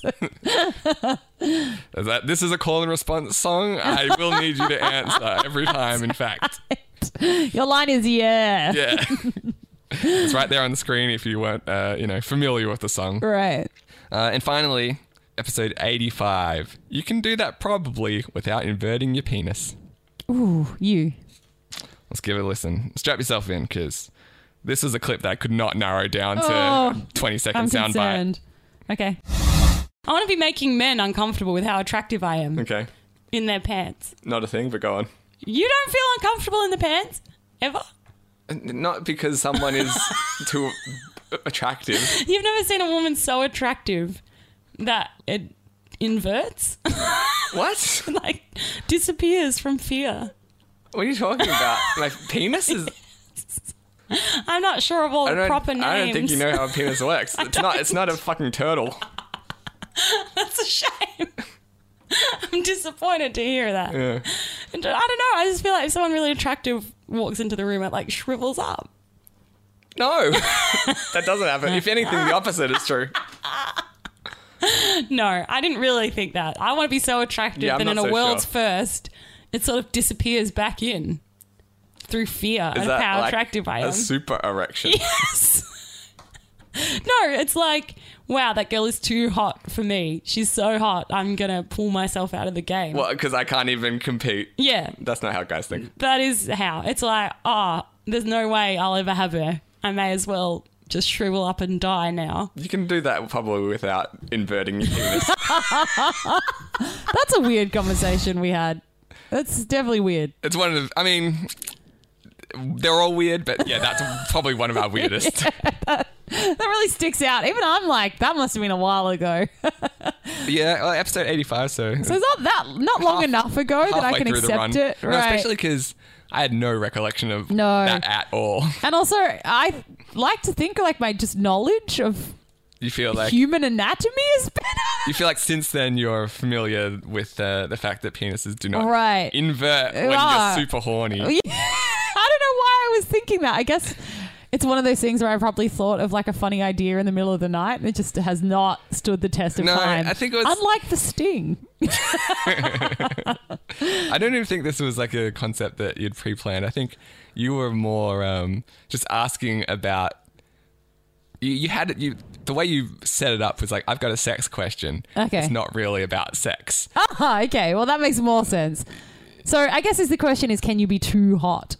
C: Is that- this is a call and response song. I will need you to answer every time. In fact,
B: Your line is yeah.
C: yeah, it's right there on the screen if you weren't, uh, you know, familiar with the song.
B: Right.
C: Uh, and finally, episode eighty-five. You can do that probably without inverting your penis.
B: You.
C: Let's give it a listen. Strap yourself in, because this is a clip that I could not narrow down to
B: Oh,
C: a twenty-second
B: I'm
C: soundbite.
B: concerned. Okay.
F: I want to be making men uncomfortable with how attractive I am
C: Okay,
F: in their pants.
C: not a thing, but go on.
F: You don't feel uncomfortable in the pants ever?
C: Uh, Not because someone is too attractive.
F: You've never seen a woman so attractive that it inverts,
C: What?
F: like disappears from fear.
C: What are you talking about? My penis is.
F: I'm not sure of all
C: I
F: the
C: don't.
F: proper names.
C: I don't think you know how a penis works. It's not. It's not a fucking turtle.
F: That's a shame. I'm disappointed to hear that. And I don't know. I just feel like if someone really attractive walks into the room, it like shrivels up.
C: No, that doesn't happen. If anything, the opposite is true.
F: No, I didn't really think that. I want to be so attractive
C: Yeah, I'm
F: that in
C: not
F: a
C: so
F: world's
C: sure.
F: first, it sort of disappears back in through fear
C: Is
F: of
C: that
F: how
C: like
F: attractive I am.
C: A super erection.
F: Yes. no, it's like, wow, that girl is too hot for me. She's so hot. I'm going to pull myself out of the game.
C: Well, because I can't even compete.
F: Yeah,
C: That's not how guys think.
F: that is how. It's like, ah, there's no way I'll ever have her. I may as well just shrivel up and die now.
C: You can do that probably without inverting your penis.
B: That's a weird conversation we had. That's definitely weird.
C: it's one of the. I mean, they're all weird, but yeah, that's probably one of our weirdest.
B: That really sticks out. Even I'm like, that must have been a while ago. so
C: Yeah, well, episode 85, so.
B: it's not that not long enough ago that I
C: halfway
B: can
C: through the
B: accept
C: run.
B: it.
C: No,
B: right.
C: especially because I had no recollection of
B: No.
C: that at all.
B: and also, I like to think like my just knowledge of
C: You feel like
B: human anatomy is better.
C: you feel like since then you're familiar with uh, the fact that penises do not
B: Right.
C: invert when
B: Ah.
C: you're super horny.
B: Yeah. I don't know why I was thinking that. I guess it's one of those things where I probably thought of like a funny idea in the middle of the night and it just has not stood the test of
C: No,
B: time.
C: I think it was-
B: unlike the sting.
C: I don't even think this was like a concept that you'd pre-planned. I think you were more um, just asking about. You, you had it. You the way you set it up was like I've got a sex question.
B: Okay.
C: It's not really about sex.
B: Ah, okay. Well, that makes more sense. So I guess is the question is can you be too hot?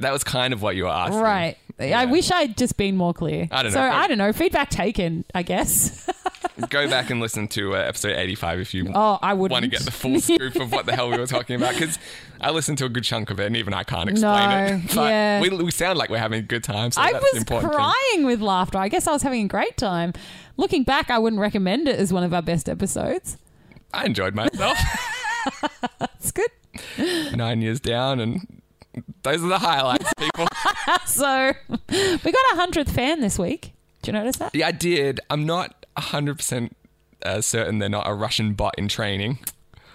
C: That was kind of what you were asking.
B: Right. I wish I'd just been more clear.
C: I don't
B: So
C: know.
B: I don't know. Feedback taken, I guess.
C: Go back and listen to uh, episode 85 if you
B: Oh, I wouldn't.
C: want to get the full scoop of what the hell we were talking about because I listened to a good chunk of it and even I can't explain
B: No,
C: it. But
B: yeah.
C: we, we sound like we're having a good time. So
B: I
C: that's the
B: was
C: important. thing.
B: crying with laughter. I guess I was having a great time. Looking back, I wouldn't recommend it as one of our best episodes.
C: I enjoyed myself.
B: It's good.
C: Nine years down and those are the highlights, people.
B: So we got our hundredth fan this week. Do you notice that?
C: yeah, I did. I'm not 100% uh, certain they're not a Russian bot in training.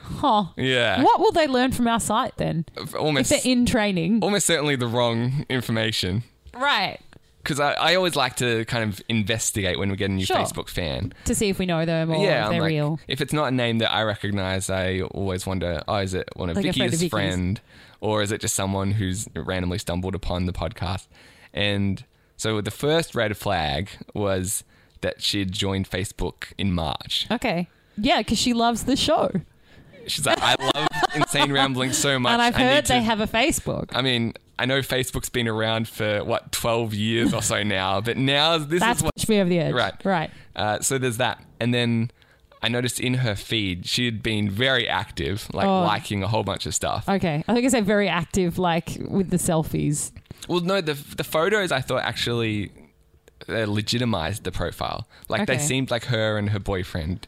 B: Huh.
C: Yeah.
B: What will they learn from our site then? If
C: Almost,
B: they're in training.
C: almost certainly the wrong information.
B: Right.
C: because I, I always like to kind of investigate when we get a new
B: Sure.
C: Facebook fan.
B: To see if we know them or
C: yeah,
B: if
C: I'm
B: they're
C: like,
B: real.
C: if it's not a name that I recognize, I always wonder, oh, is it one of
B: Like a friend of
C: Vicky's
B: Vicky's.
C: friend, or is it just someone who's randomly stumbled upon the podcast? And so the first red flag was that she had joined Facebook in March.
B: Okay. Yeah, because she loves the show.
C: She's like, I love insane rambling so much.
B: And I've
C: I need
B: heard they
C: to-
B: have a Facebook.
C: I mean, I know Facebook's been around for what twelve years or so now, but now this
B: That's
C: is what
B: pushed me over the edge.
C: Right.
B: Right.
C: Uh, so there's that. And then I noticed in her feed, she had been very active, like
B: Oh.
C: liking a whole bunch of stuff.
B: Okay. I think I said very active, like with the selfies.
C: Well, no, the, the photos I thought actually uh, legitimized the profile. Like they
B: Okay.
C: seemed like her and her boyfriend,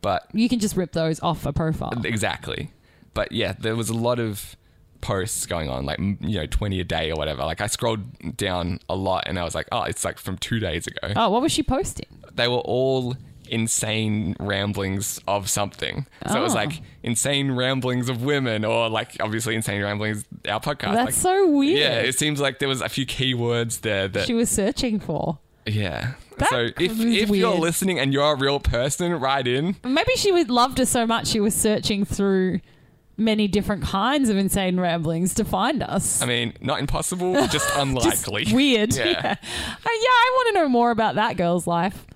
C: but
B: You can just rip those off a profile.
C: exactly. But yeah, there was a lot of posts going on, like, m- you know, 20 a day or whatever. Like I scrolled down a lot and I was like, oh, it's like from two days ago.
B: Oh, what was she posting?
C: they were all insane ramblings of something. So it was
B: Oh.
C: like insane ramblings of women, or like obviously insane ramblings our podcast.
B: That's
C: like,
B: so weird.
C: Yeah, it seems like there was a few keywords there that
B: she was searching for.
C: yeah.
B: That
C: so if
B: was
C: if you're
B: weird.
C: listening and you're a real person, write in.
B: Maybe she would loved her so much she was searching through many different kinds of insane ramblings to find us.
C: I mean, not impossible, just unlikely.
B: Just weird. Yeah.
C: Yeah.
B: Uh, yeah, I want to know more about that girl's life.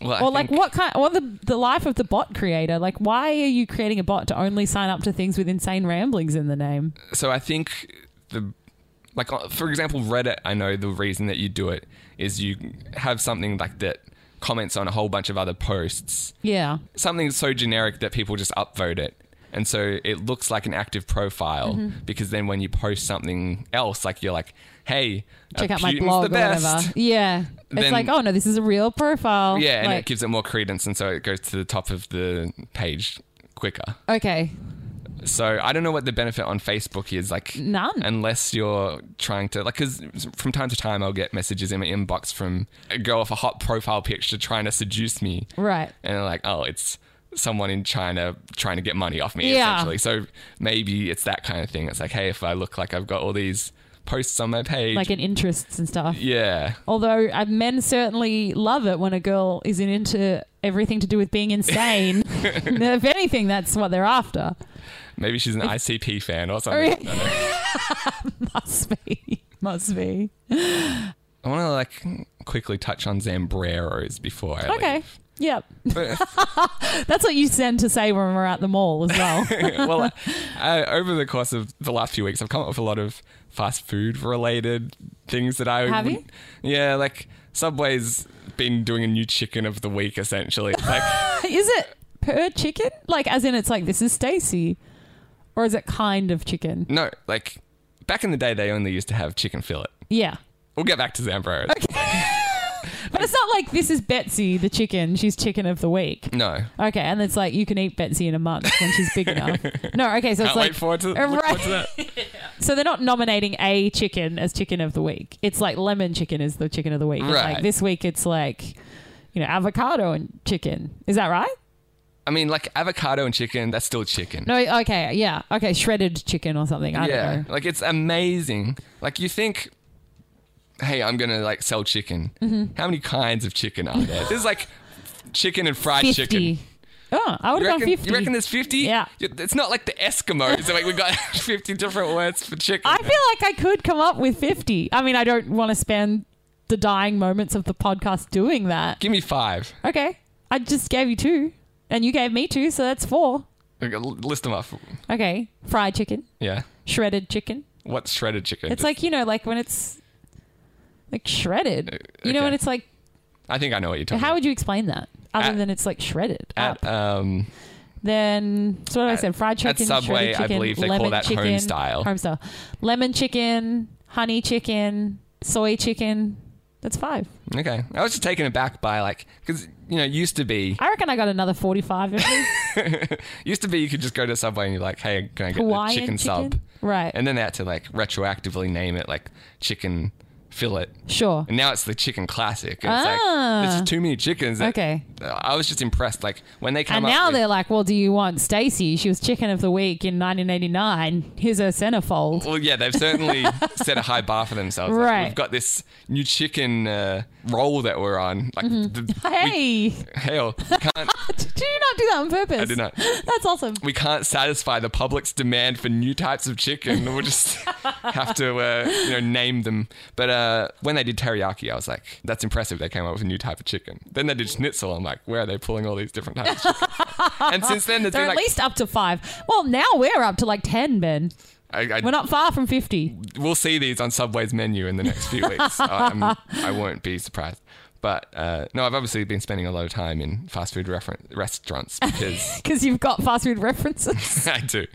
C: Well, I
B: or like
C: think-
B: what kind or the the life of the bot creator. Like why are you creating a bot to only sign up to things with insane ramblings in the name?
C: so I think the like uh, for example Reddit I know the reason that you do it is you have something like that comments on a whole bunch of other posts
B: Yeah.
C: something so generic that people just upvote it and so it looks like an active profile
B: Mm-hmm.
C: because then when you post something else like you're like hey
B: Check
C: uh,
B: out my
C: Putin's
B: blog
C: the
B: or
C: best.
B: whatever. Yeah. it's
C: Then-
B: like, oh no, this is a real profile.
C: yeah and
B: like,
C: it gives it more credence and so it goes to the top of the page quicker
B: Okay.
C: So I don't know what the benefit on Facebook is like.
B: None.
C: Unless you're trying to like, because from time to time I'll get messages in my inbox from a girl with a hot profile picture trying to seduce me,
B: Right.
C: and they're like, oh, it's someone in China trying to get money off me.
B: Yeah.
C: Essentially. So maybe it's that kind of thing. It's like, hey, if I look like I've got all these posts on my page,
B: Like in interests and stuff.
C: yeah,
B: Although uh, men certainly love it when a girl isn't into everything to do with being insane. if anything, that's what they're after.
C: maybe she's an ICP fan or something.
B: Must be. Must be.
C: I want to like quickly touch on Zambreros before I
B: Okay.
C: leave.
B: Yep. That's what you tend to say when we're at the mall as well.
C: well, I, over the course of the last few weeks, I've come up with a lot of fast food related things that I
B: Have you?
C: wouldn't- Yeah, like Subway's been doing a new chicken of the week essentially. It's like
B: is it per chicken? Like, as in, it's like this is Stacy, or is it kind of chicken?
C: no, like back in the day they only used to have chicken fillet.
B: Yeah,
C: We'll get back to Zambros.
B: but it's not like this is Betsy the chicken. She's chicken of the week.
C: No.
B: Okay, and it's like you can eat Betsy in a month when she's big enough. No, okay, so it's
C: Can't
B: like
C: wait forward to, look
B: Right.
C: forward to that.
B: so they're not nominating a chicken as chicken of the week. It's like lemon chicken is the chicken of the week. It's
C: Right.
B: Like this week, it's like you know avocado and chicken. Is that right?
C: I mean, like avocado and chicken, that's still chicken.
B: No, okay, yeah, okay, shredded chicken or something. I
C: yeah.
B: don't know.
C: Like it's amazing. Like you think, hey, I'm gonna like sell chicken.
B: Mm-hmm.
C: How many kinds of chicken are there? There's like chicken and fried
B: Fifty.
C: chicken.
B: Oh, I would
C: You
B: have
C: reckon,
B: gone fifty.
C: you reckon there's 50?
B: Yeah.
C: It's not like the Eskimos. like we got 50 different words for chicken.
B: I feel like I could come up with fifty. I mean, I don't want to spend the dying moments of the podcast doing that.
C: Give me five.
B: Okay, I just gave you two, and you gave me two, so that's four.
C: Okay, l- list them off.
B: Okay, fried chicken,
C: Yeah.
B: shredded chicken.
C: What's shredded chicken?
B: It's like you know, like when it's like shredded.
C: Uh,
B: You know,
C: okay.
B: when it's like,
C: I think I know what you're talking
B: how would you explain that other
C: At-
B: than it's like shredded?
C: about.
B: up.
C: At, um,
B: Then so what did I said, fried
C: at
B: chicken,
C: Subway,
B: shredded
C: I
B: chicken,
C: believe they call
B: lemon
C: that home
B: chicken,
C: style.
B: home style, lemon chicken, honey chicken, soy chicken. That's five.
C: okay. I was just taken aback by like, because, you know, it used to be,
B: I reckon I got another forty-five. in me.
C: used to be you could just go to Subway and you're like, hey, can I get a
B: Hawaiian
C: chicken, sub?
B: chicken? Right.
C: And then they had to like retroactively name it like chicken fillet.
B: sure.
C: And now it's the chicken classic. And It's
B: Ah.
C: like, there's just too many chickens. that-
B: Okay.
C: I was just impressed. Like, when they
B: And
C: come up
B: now
C: with-
B: they're like, well, do you want Stacey? She was chicken of the week in 1989. Here's her centerfold.
C: Well, yeah, they've certainly set a high bar for themselves. Like,
B: Right.
C: we've got this new chicken uh, roll that we're on. Like, the, we,
B: Mm-hmm. Hey,
C: hell, we can't,
B: did you not do that on purpose?
C: did not.
B: That's awesome.
C: we can't satisfy the public's demand for new types of chicken. We'll just have to, uh, you know, name them. But uh, when they did teriyaki, I was like, that's impressive. They came up with a new type of chicken. Then they did schnitzel. I'm like, where are they pulling all these different types of chicken? and since then, there's
B: They're
C: been
B: at
C: like,
B: least up to five. Well, now we're up to like 10, Ben.
C: I, I,
B: We're not far from 50.
C: we'll see these on Subway's menu in the next few weeks. I'm, I won't be surprised. But uh, no, I've obviously been spending a lot of time in fast food refer- restaurants because
B: Because you've got fast food references.
C: I do.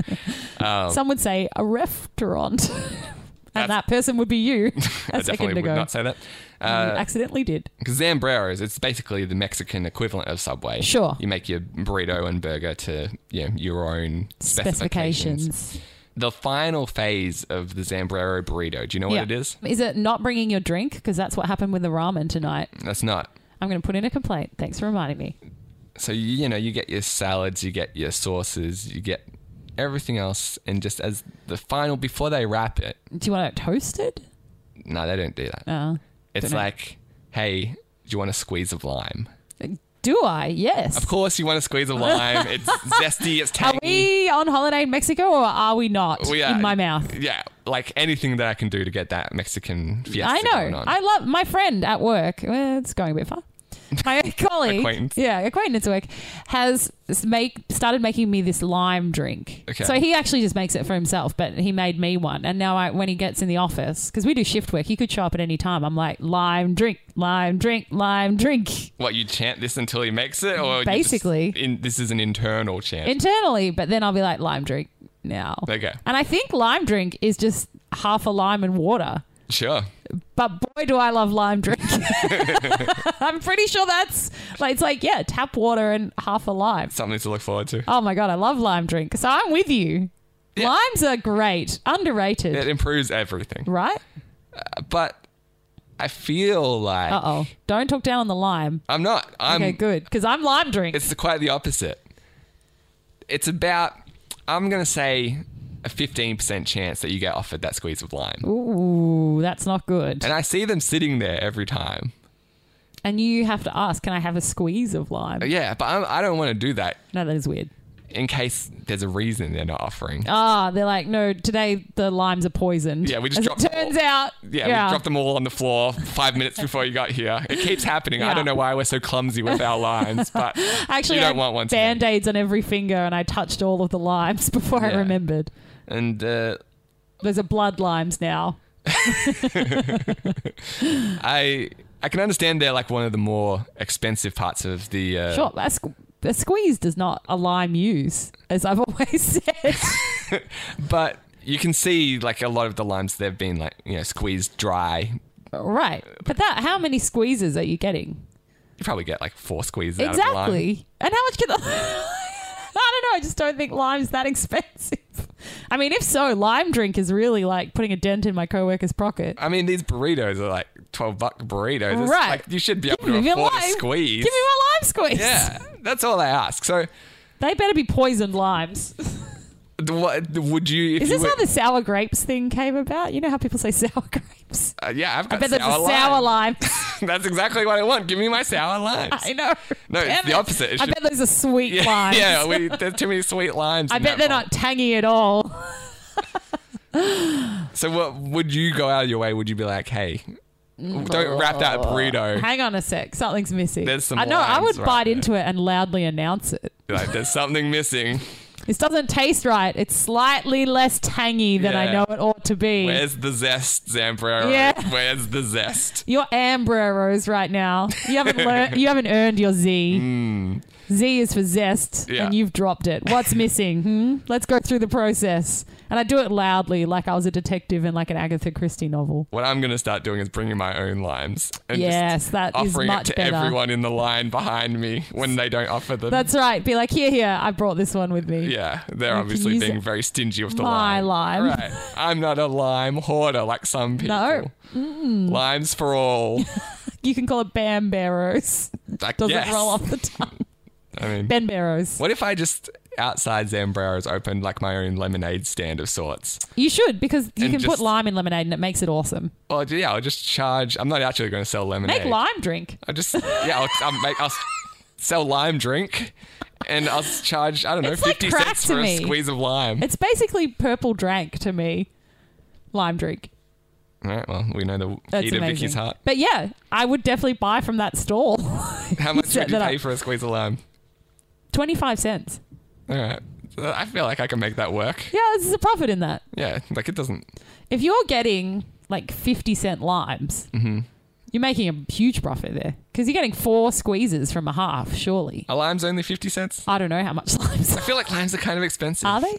C: Um,
B: Some would say a restaurant. and that person would be you
C: I
B: a
C: definitely
B: second
C: would
B: ago.
C: not say that. Uh,
B: you accidentally did.
C: Because Zambreros, it's basically the Mexican equivalent of Subway.
B: Sure.
C: You make your burrito and burger to you know, your own specifications.
B: Specifications.
C: The final phase of the Zambrero burrito, do you know what it is?
B: Is it not bringing your drink? Because that's what happened with the ramen tonight.
C: That's not.
B: I'm going to put in a complaint. Thanks for reminding me.
C: So you, you know you get your salads, you get your sauces, you get everything else, and just as the final before they wrap it.
B: Do you want it toasted?
C: No, they don't do that.
B: Oh.
C: it's
B: dunno.
C: like, hey, do you want a squeeze of lime?
B: Do I? Yes.
C: Of course, you want a squeeze of lime. It's zesty. It's
B: Are
C: tangy.
B: we on holiday in Mexico or are we not?
C: We are-
B: In my mouth.
C: Yeah, like anything that I can do to get that Mexican fiesta
B: I
C: going
B: know.
C: on.
B: I love my friend at work. well, it's going a bit far. My colleague,
C: Acquaintance.
B: yeah, acquaintance at work, has s- make started making me this lime drink.
C: Okay.
B: So he actually just makes it for himself, but he made me one. And now I, when he gets in the office, because we do shift work, he could show up at any time. I'm like lime drink, lime drink, lime drink
C: what you chant this until he makes it, or you just-
B: Basically.
C: in, this is an internal chant.
B: internally, but then I'll be like lime drink now.
C: okay,
B: And I think lime drink is just half a lime and water.
C: sure.
B: But boy, do I love lime drink. I'm pretty sure that's like it's like yeah, tap water and half a lime.
C: Something to look forward to.
B: Oh my god, I love lime drink. So I'm with you. Limes are great, underrated,
C: It improves everything,
B: right?
C: but I feel like
B: Uh oh, don't talk down on the lime.
C: I'm not. I'm.
B: okay, good, because I'm lime drink.
C: It's the, quite the opposite. It's about. I'm gonna say a 15% chance that you get offered that squeeze of lime,
B: Ooh, that's not good.
C: and I see them sitting there every time.
B: And you have to ask, can I have a squeeze of lime?
C: Yeah, but I'm, I don't want to do that
B: No, that is weird.
C: in case there's a reason they're not offering.
B: Ah, they're like, no, today the limes are poisoned.
C: Yeah, we just
B: As
C: dropped
B: it
C: them
B: turns
C: all.
B: out.
C: Yeah, we dropped them all on the floor five minutes before you got here. It keeps happening.
B: Yeah.
C: I don't know why we're so clumsy with our lines, but
B: Actually,
C: you
B: I
C: don't want one. today.
B: band aids on every finger, and I touched all of the limes before I
C: Yeah.
B: remembered.
C: And uh,
B: There's a blood limes now.
C: I I can understand they're like one of the more expensive parts of the. Uh,
B: Sure, a, squ- a squeeze does not a lime use, as I've always said.
C: But you can see like a lot of the limes they've been like you know squeezed dry.
B: right, but that how many squeezes are you getting
C: You probably get like four squeezes out of a lime.
B: exactly? And how much can the? I don't know. I just don't think lime's that expensive. I mean, if so, lime drink is really like putting a dent in my coworker's pocket.
C: I mean, these burritos are like twelve buck burritos. It's
B: Right.
C: like, you should be
B: Give
C: able
B: me
C: to
B: a
C: afford
B: lime.
C: a squeeze.
B: Give me my lime squeeze.
C: yeah, that's all I ask. So,
B: They better be poisoned limes.
C: th- what would you? If
B: Is
C: you
B: this
C: were-
B: how the sour grapes thing came about? You know how people say sour grapes?
C: Uh, yeah, I've got
B: I bet that's
C: sour
B: a
C: lime.
B: sour lime.
C: That's exactly what I want. Give me my sour limes.
B: I know.
C: No, it's
B: Damn
C: the
B: it.
C: opposite. It
B: I
C: should-
B: bet those are sweet
C: yeah,
B: limes.
C: yeah. We, there's too many sweet limes.
B: I
C: in
B: bet
C: that
B: they're
C: one.
B: not tangy at all.
C: So, what would you go out of your way? Would you be like, hey, don't wrap
B: Mm.
C: that burrito?
B: Hang on a sec. Something's missing.
C: There's some
B: I know. I
C: limes
B: would
C: right
B: bite
C: there.
B: into it and loudly announce it.
C: Like, there's something missing.
B: This doesn't taste right. It's slightly less tangy than I
C: Yeah.
B: know it ought to be.
C: Where's the zest, Zambrero?
B: Yeah.
C: Where's the zest?
B: You're Ambreros right now. You haven't learned. You haven't earned your Z. Z is for zest,
C: Hmm. Yeah.
B: and you've dropped it. What's missing? Hmm? Let's go through the process. And I do it loudly, like I was a detective in like an Agatha Christie novel.
C: What I'm going to start doing is bringing my own limes and just
B: yes, that is
C: offering it
B: much
C: to
B: better.
C: everyone in the line behind me when they don't offer them.
B: That's right. Be like, here, here. I brought this one with me.
C: yeah, they're
B: can
C: obviously
B: use
C: being
B: it-
C: very stingy with the
B: My
C: lime.
B: lime.
C: Right. I'm not a lime hoarder like some people.
B: No. Mm.
C: Limes for all.
B: You can call it Bamberos.
C: I
B: Doesn't
C: guess.
B: roll off the tongue.
C: I mean,
B: Benberos.
C: what if I just outside Zambrero's opened like my own lemonade stand of sorts?
B: You should because you
C: And
B: can put
C: just-
B: lime in lemonade and it makes it awesome.
C: Well, yeah, I'll just charge. I'm not actually going to sell lemonade.
B: Make lime drink.
C: I just yeah, I'll, I'll make I'll s- sell lime drink, and I'll s- charge I don't know
B: It's like
C: fifty
B: crack
C: cents
B: to
C: for
B: me.
C: a squeeze of lime.
B: It's basically purple drank to me. Lime drink.
C: All right, well we know the
B: That's
C: eater
B: amazing.
C: Vicky's heart.
B: But yeah, I would definitely buy from that stall.
C: How much
B: set
C: would you
B: that
C: pay
B: up.
C: for a squeeze of lime?
B: Twenty five cents.
C: All right, Uh, I feel like I can make that work.
B: Yeah, there's a profit in that.
C: Yeah, like it doesn't.
B: If you're getting like fifty cent limes,
C: Mm-hmm.
B: you're making a huge profit there because you're getting four squeezes from a half. Surely,
C: A lime's only fifty cents.
B: I don't know how much limes.
C: I feel like limes are kind of expensive.
B: Are they?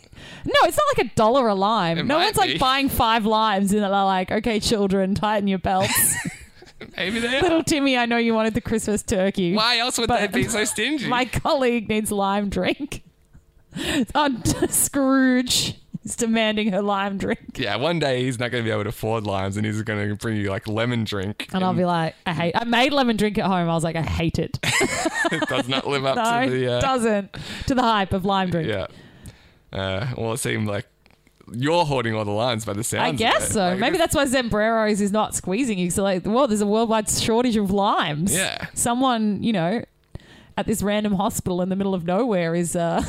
B: No, it's not like a dollar a lime.
C: It
B: no
C: might
B: one's like
C: be.
B: buying five limes and they're like, okay, children, tighten your belts.
C: Maybe they are.
B: Little Timmy, I know you wanted the Christmas turkey.
C: Why else would
B: But-
C: they be so stingy?
B: My colleague needs lime drink. Oh, Scrooge is demanding her lime drink.
C: yeah, one day he's not going to be able to afford limes, and he's going to bring you like lemon drink.
B: And I'll be like, I hate. I made lemon drink at home. I was like, I hate it.
C: it does not live up
B: No,
C: to the.
B: it
C: Uh,
B: doesn't to the hype of lime drink.
C: Yeah. Uh, well, it seemed like you're hoarding all the lines by the sounds.
B: I
C: of
B: guess
C: it.
B: so.
C: Like,
B: Maybe that's why Zambreros is not squeezing you. Because like, well, there's a worldwide shortage of limes.
C: Yeah.
B: Someone, you know, at this random hospital in the middle of nowhere is uh,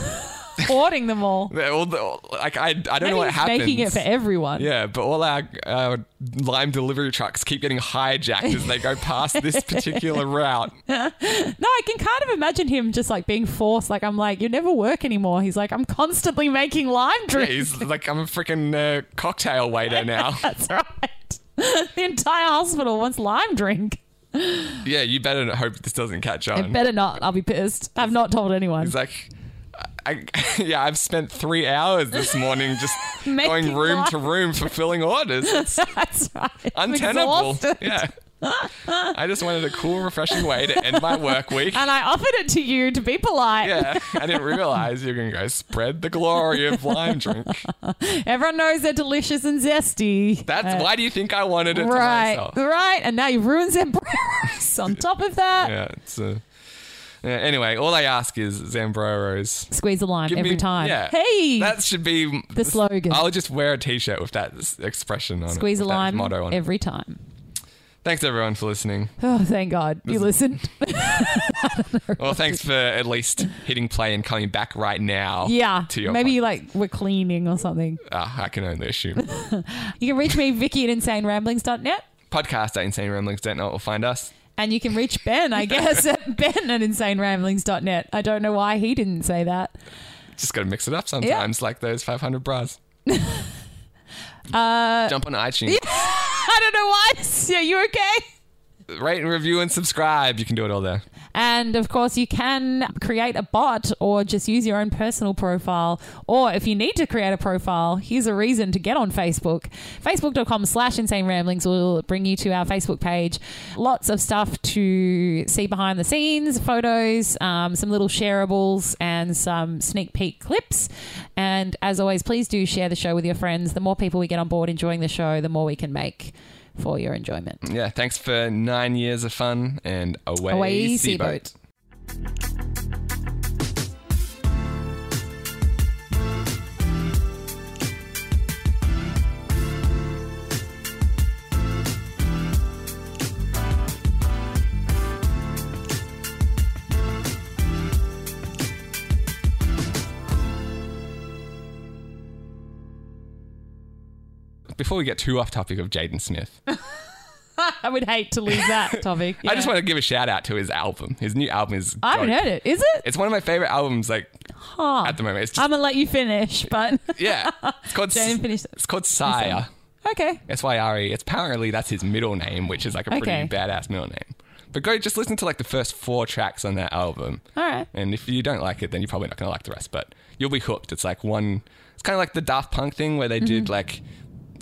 B: hoarding them all.
C: they're All the, all- like I, I don't
B: Maybe
C: know what
B: he's
C: happens.
B: making it for everyone.
C: yeah, but all our uh, lime delivery trucks keep getting hijacked as they go past this particular route.
B: No, I can kind of imagine him just like being forced. Like I'm like, you never work anymore. He's like, I'm constantly making lime drinks.
C: He's like, I'm a freaking uh, cocktail waiter now.
B: That's right. the entire hospital wants lime drink.
C: yeah, you better not hope this doesn't catch
B: I
C: on.
B: better not. I'll be pissed. I've not told anyone.
C: He's like, I, I- yeah, I've spent three hours this morning just
B: Making
C: going room
B: lime.
C: to room fulfilling orders. It's
B: That's right. I'm
C: untenable.
B: exhausted.
C: Yeah. I just wanted a cool, refreshing way to end my work week.
B: And I offered it to you to be polite.
C: Yeah, I didn't realize you're gonna go spread the glory of lime drink.
B: Everyone knows they're delicious and zesty.
C: That's
B: Uh,
C: why do you think I wanted it
B: Right,
C: to myself?
B: right. And now you've ruined Zambreros on top of that.
C: Yeah, it's uh, yeah, anyway, all I ask is Zambreros.
B: Squeeze a lime every
C: me-
B: time.
C: yeah.
B: Hey,
C: That should be
B: the slogan.
C: I'll just wear a t-shirt with that s- expression on
B: Squeeze
C: it.
B: a
C: with that
B: lime
C: motto on it.
B: every time.
C: Thanks everyone for listening.
B: Oh, thank God. You listened.
C: Well, thanks for at least hitting play and coming back right now.
B: Yeah.
C: To your
B: Maybe
C: pod-
B: like we're cleaning or something.
C: Ah, I can only assume.
B: You can reach me, Vicky at insaneramblings.net.
C: Podcast at insaneramblings.net will find us.
B: And you can reach Ben, I guess, at ben at insaneramblings.net. I don't know why he didn't say that.
C: Just got to mix it up sometimes, like those 500 bras. uh, Jump on iTunes,
B: I don't know why. Are you okay?
C: rate and review and subscribe. You can do it all there.
B: And of course, you can create a bot or just use your own personal profile. Or if you need to create a profile, here's a reason to get on Facebook. Facebook.com slash insane ramblings will bring you to our Facebook page. Lots of stuff to see behind the scenes, photos, um, some little shareables, and some sneak peek clips. And as always, please do share the show with your friends. The more people we get on board enjoying the show, the more we can make for your enjoyment.
C: Yeah, thanks for nine years of fun and away,
B: Away,
C: sea
B: seaboat.
C: boat. Before we get too off topic of Jaden Smith,
B: I would hate to lose that topic.
C: I just
B: Yeah.
C: want to give a shout out to his album. His new album is.
B: I haven't
C: dope.
B: heard it. Is it?
C: It's one of my favorite albums. Like
B: Oh,
C: at the moment. It's just,
B: I'm gonna let you finish, but
C: yeah, it's called
B: Don't even finish.
C: it's called Sire.
B: okay.
C: S Y R E. It's apparently that's his middle name, which is like a pretty
B: Okay.
C: badass middle name. But go just listen to like the first four tracks on that album.
B: All right.
C: And if you don't like it, then you're probably not going to like the rest, but you'll be hooked. It's like one, it's kind of like the Daft Punk thing where they
B: Mm-hmm.
C: did like,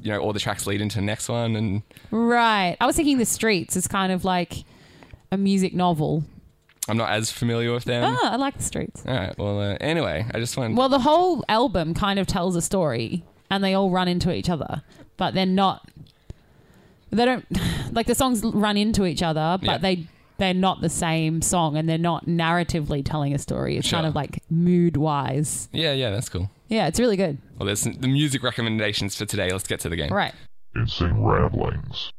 C: you know, all the tracks lead into the next one. And
B: Right. I was thinking the streets is kind of like a music novel.
C: I'm not as familiar with them.
B: Ah, I like the streets.
C: All right. Well, uh, anyway, I just wanted.
B: Well, the whole album kind of tells a story, and they all run into each other, but they're not. They don't like the songs run into each other, but
C: Yeah.
B: they they're not the same song, and they're not narratively telling a story. It's kind
C: Sure.
B: of like mood wise.
C: yeah, yeah, that's cool.
B: Yeah, it's really good.
C: Well, there's some- the music recommendations for today. Let's get to the game.
B: Right.
E: Insane Ramblings.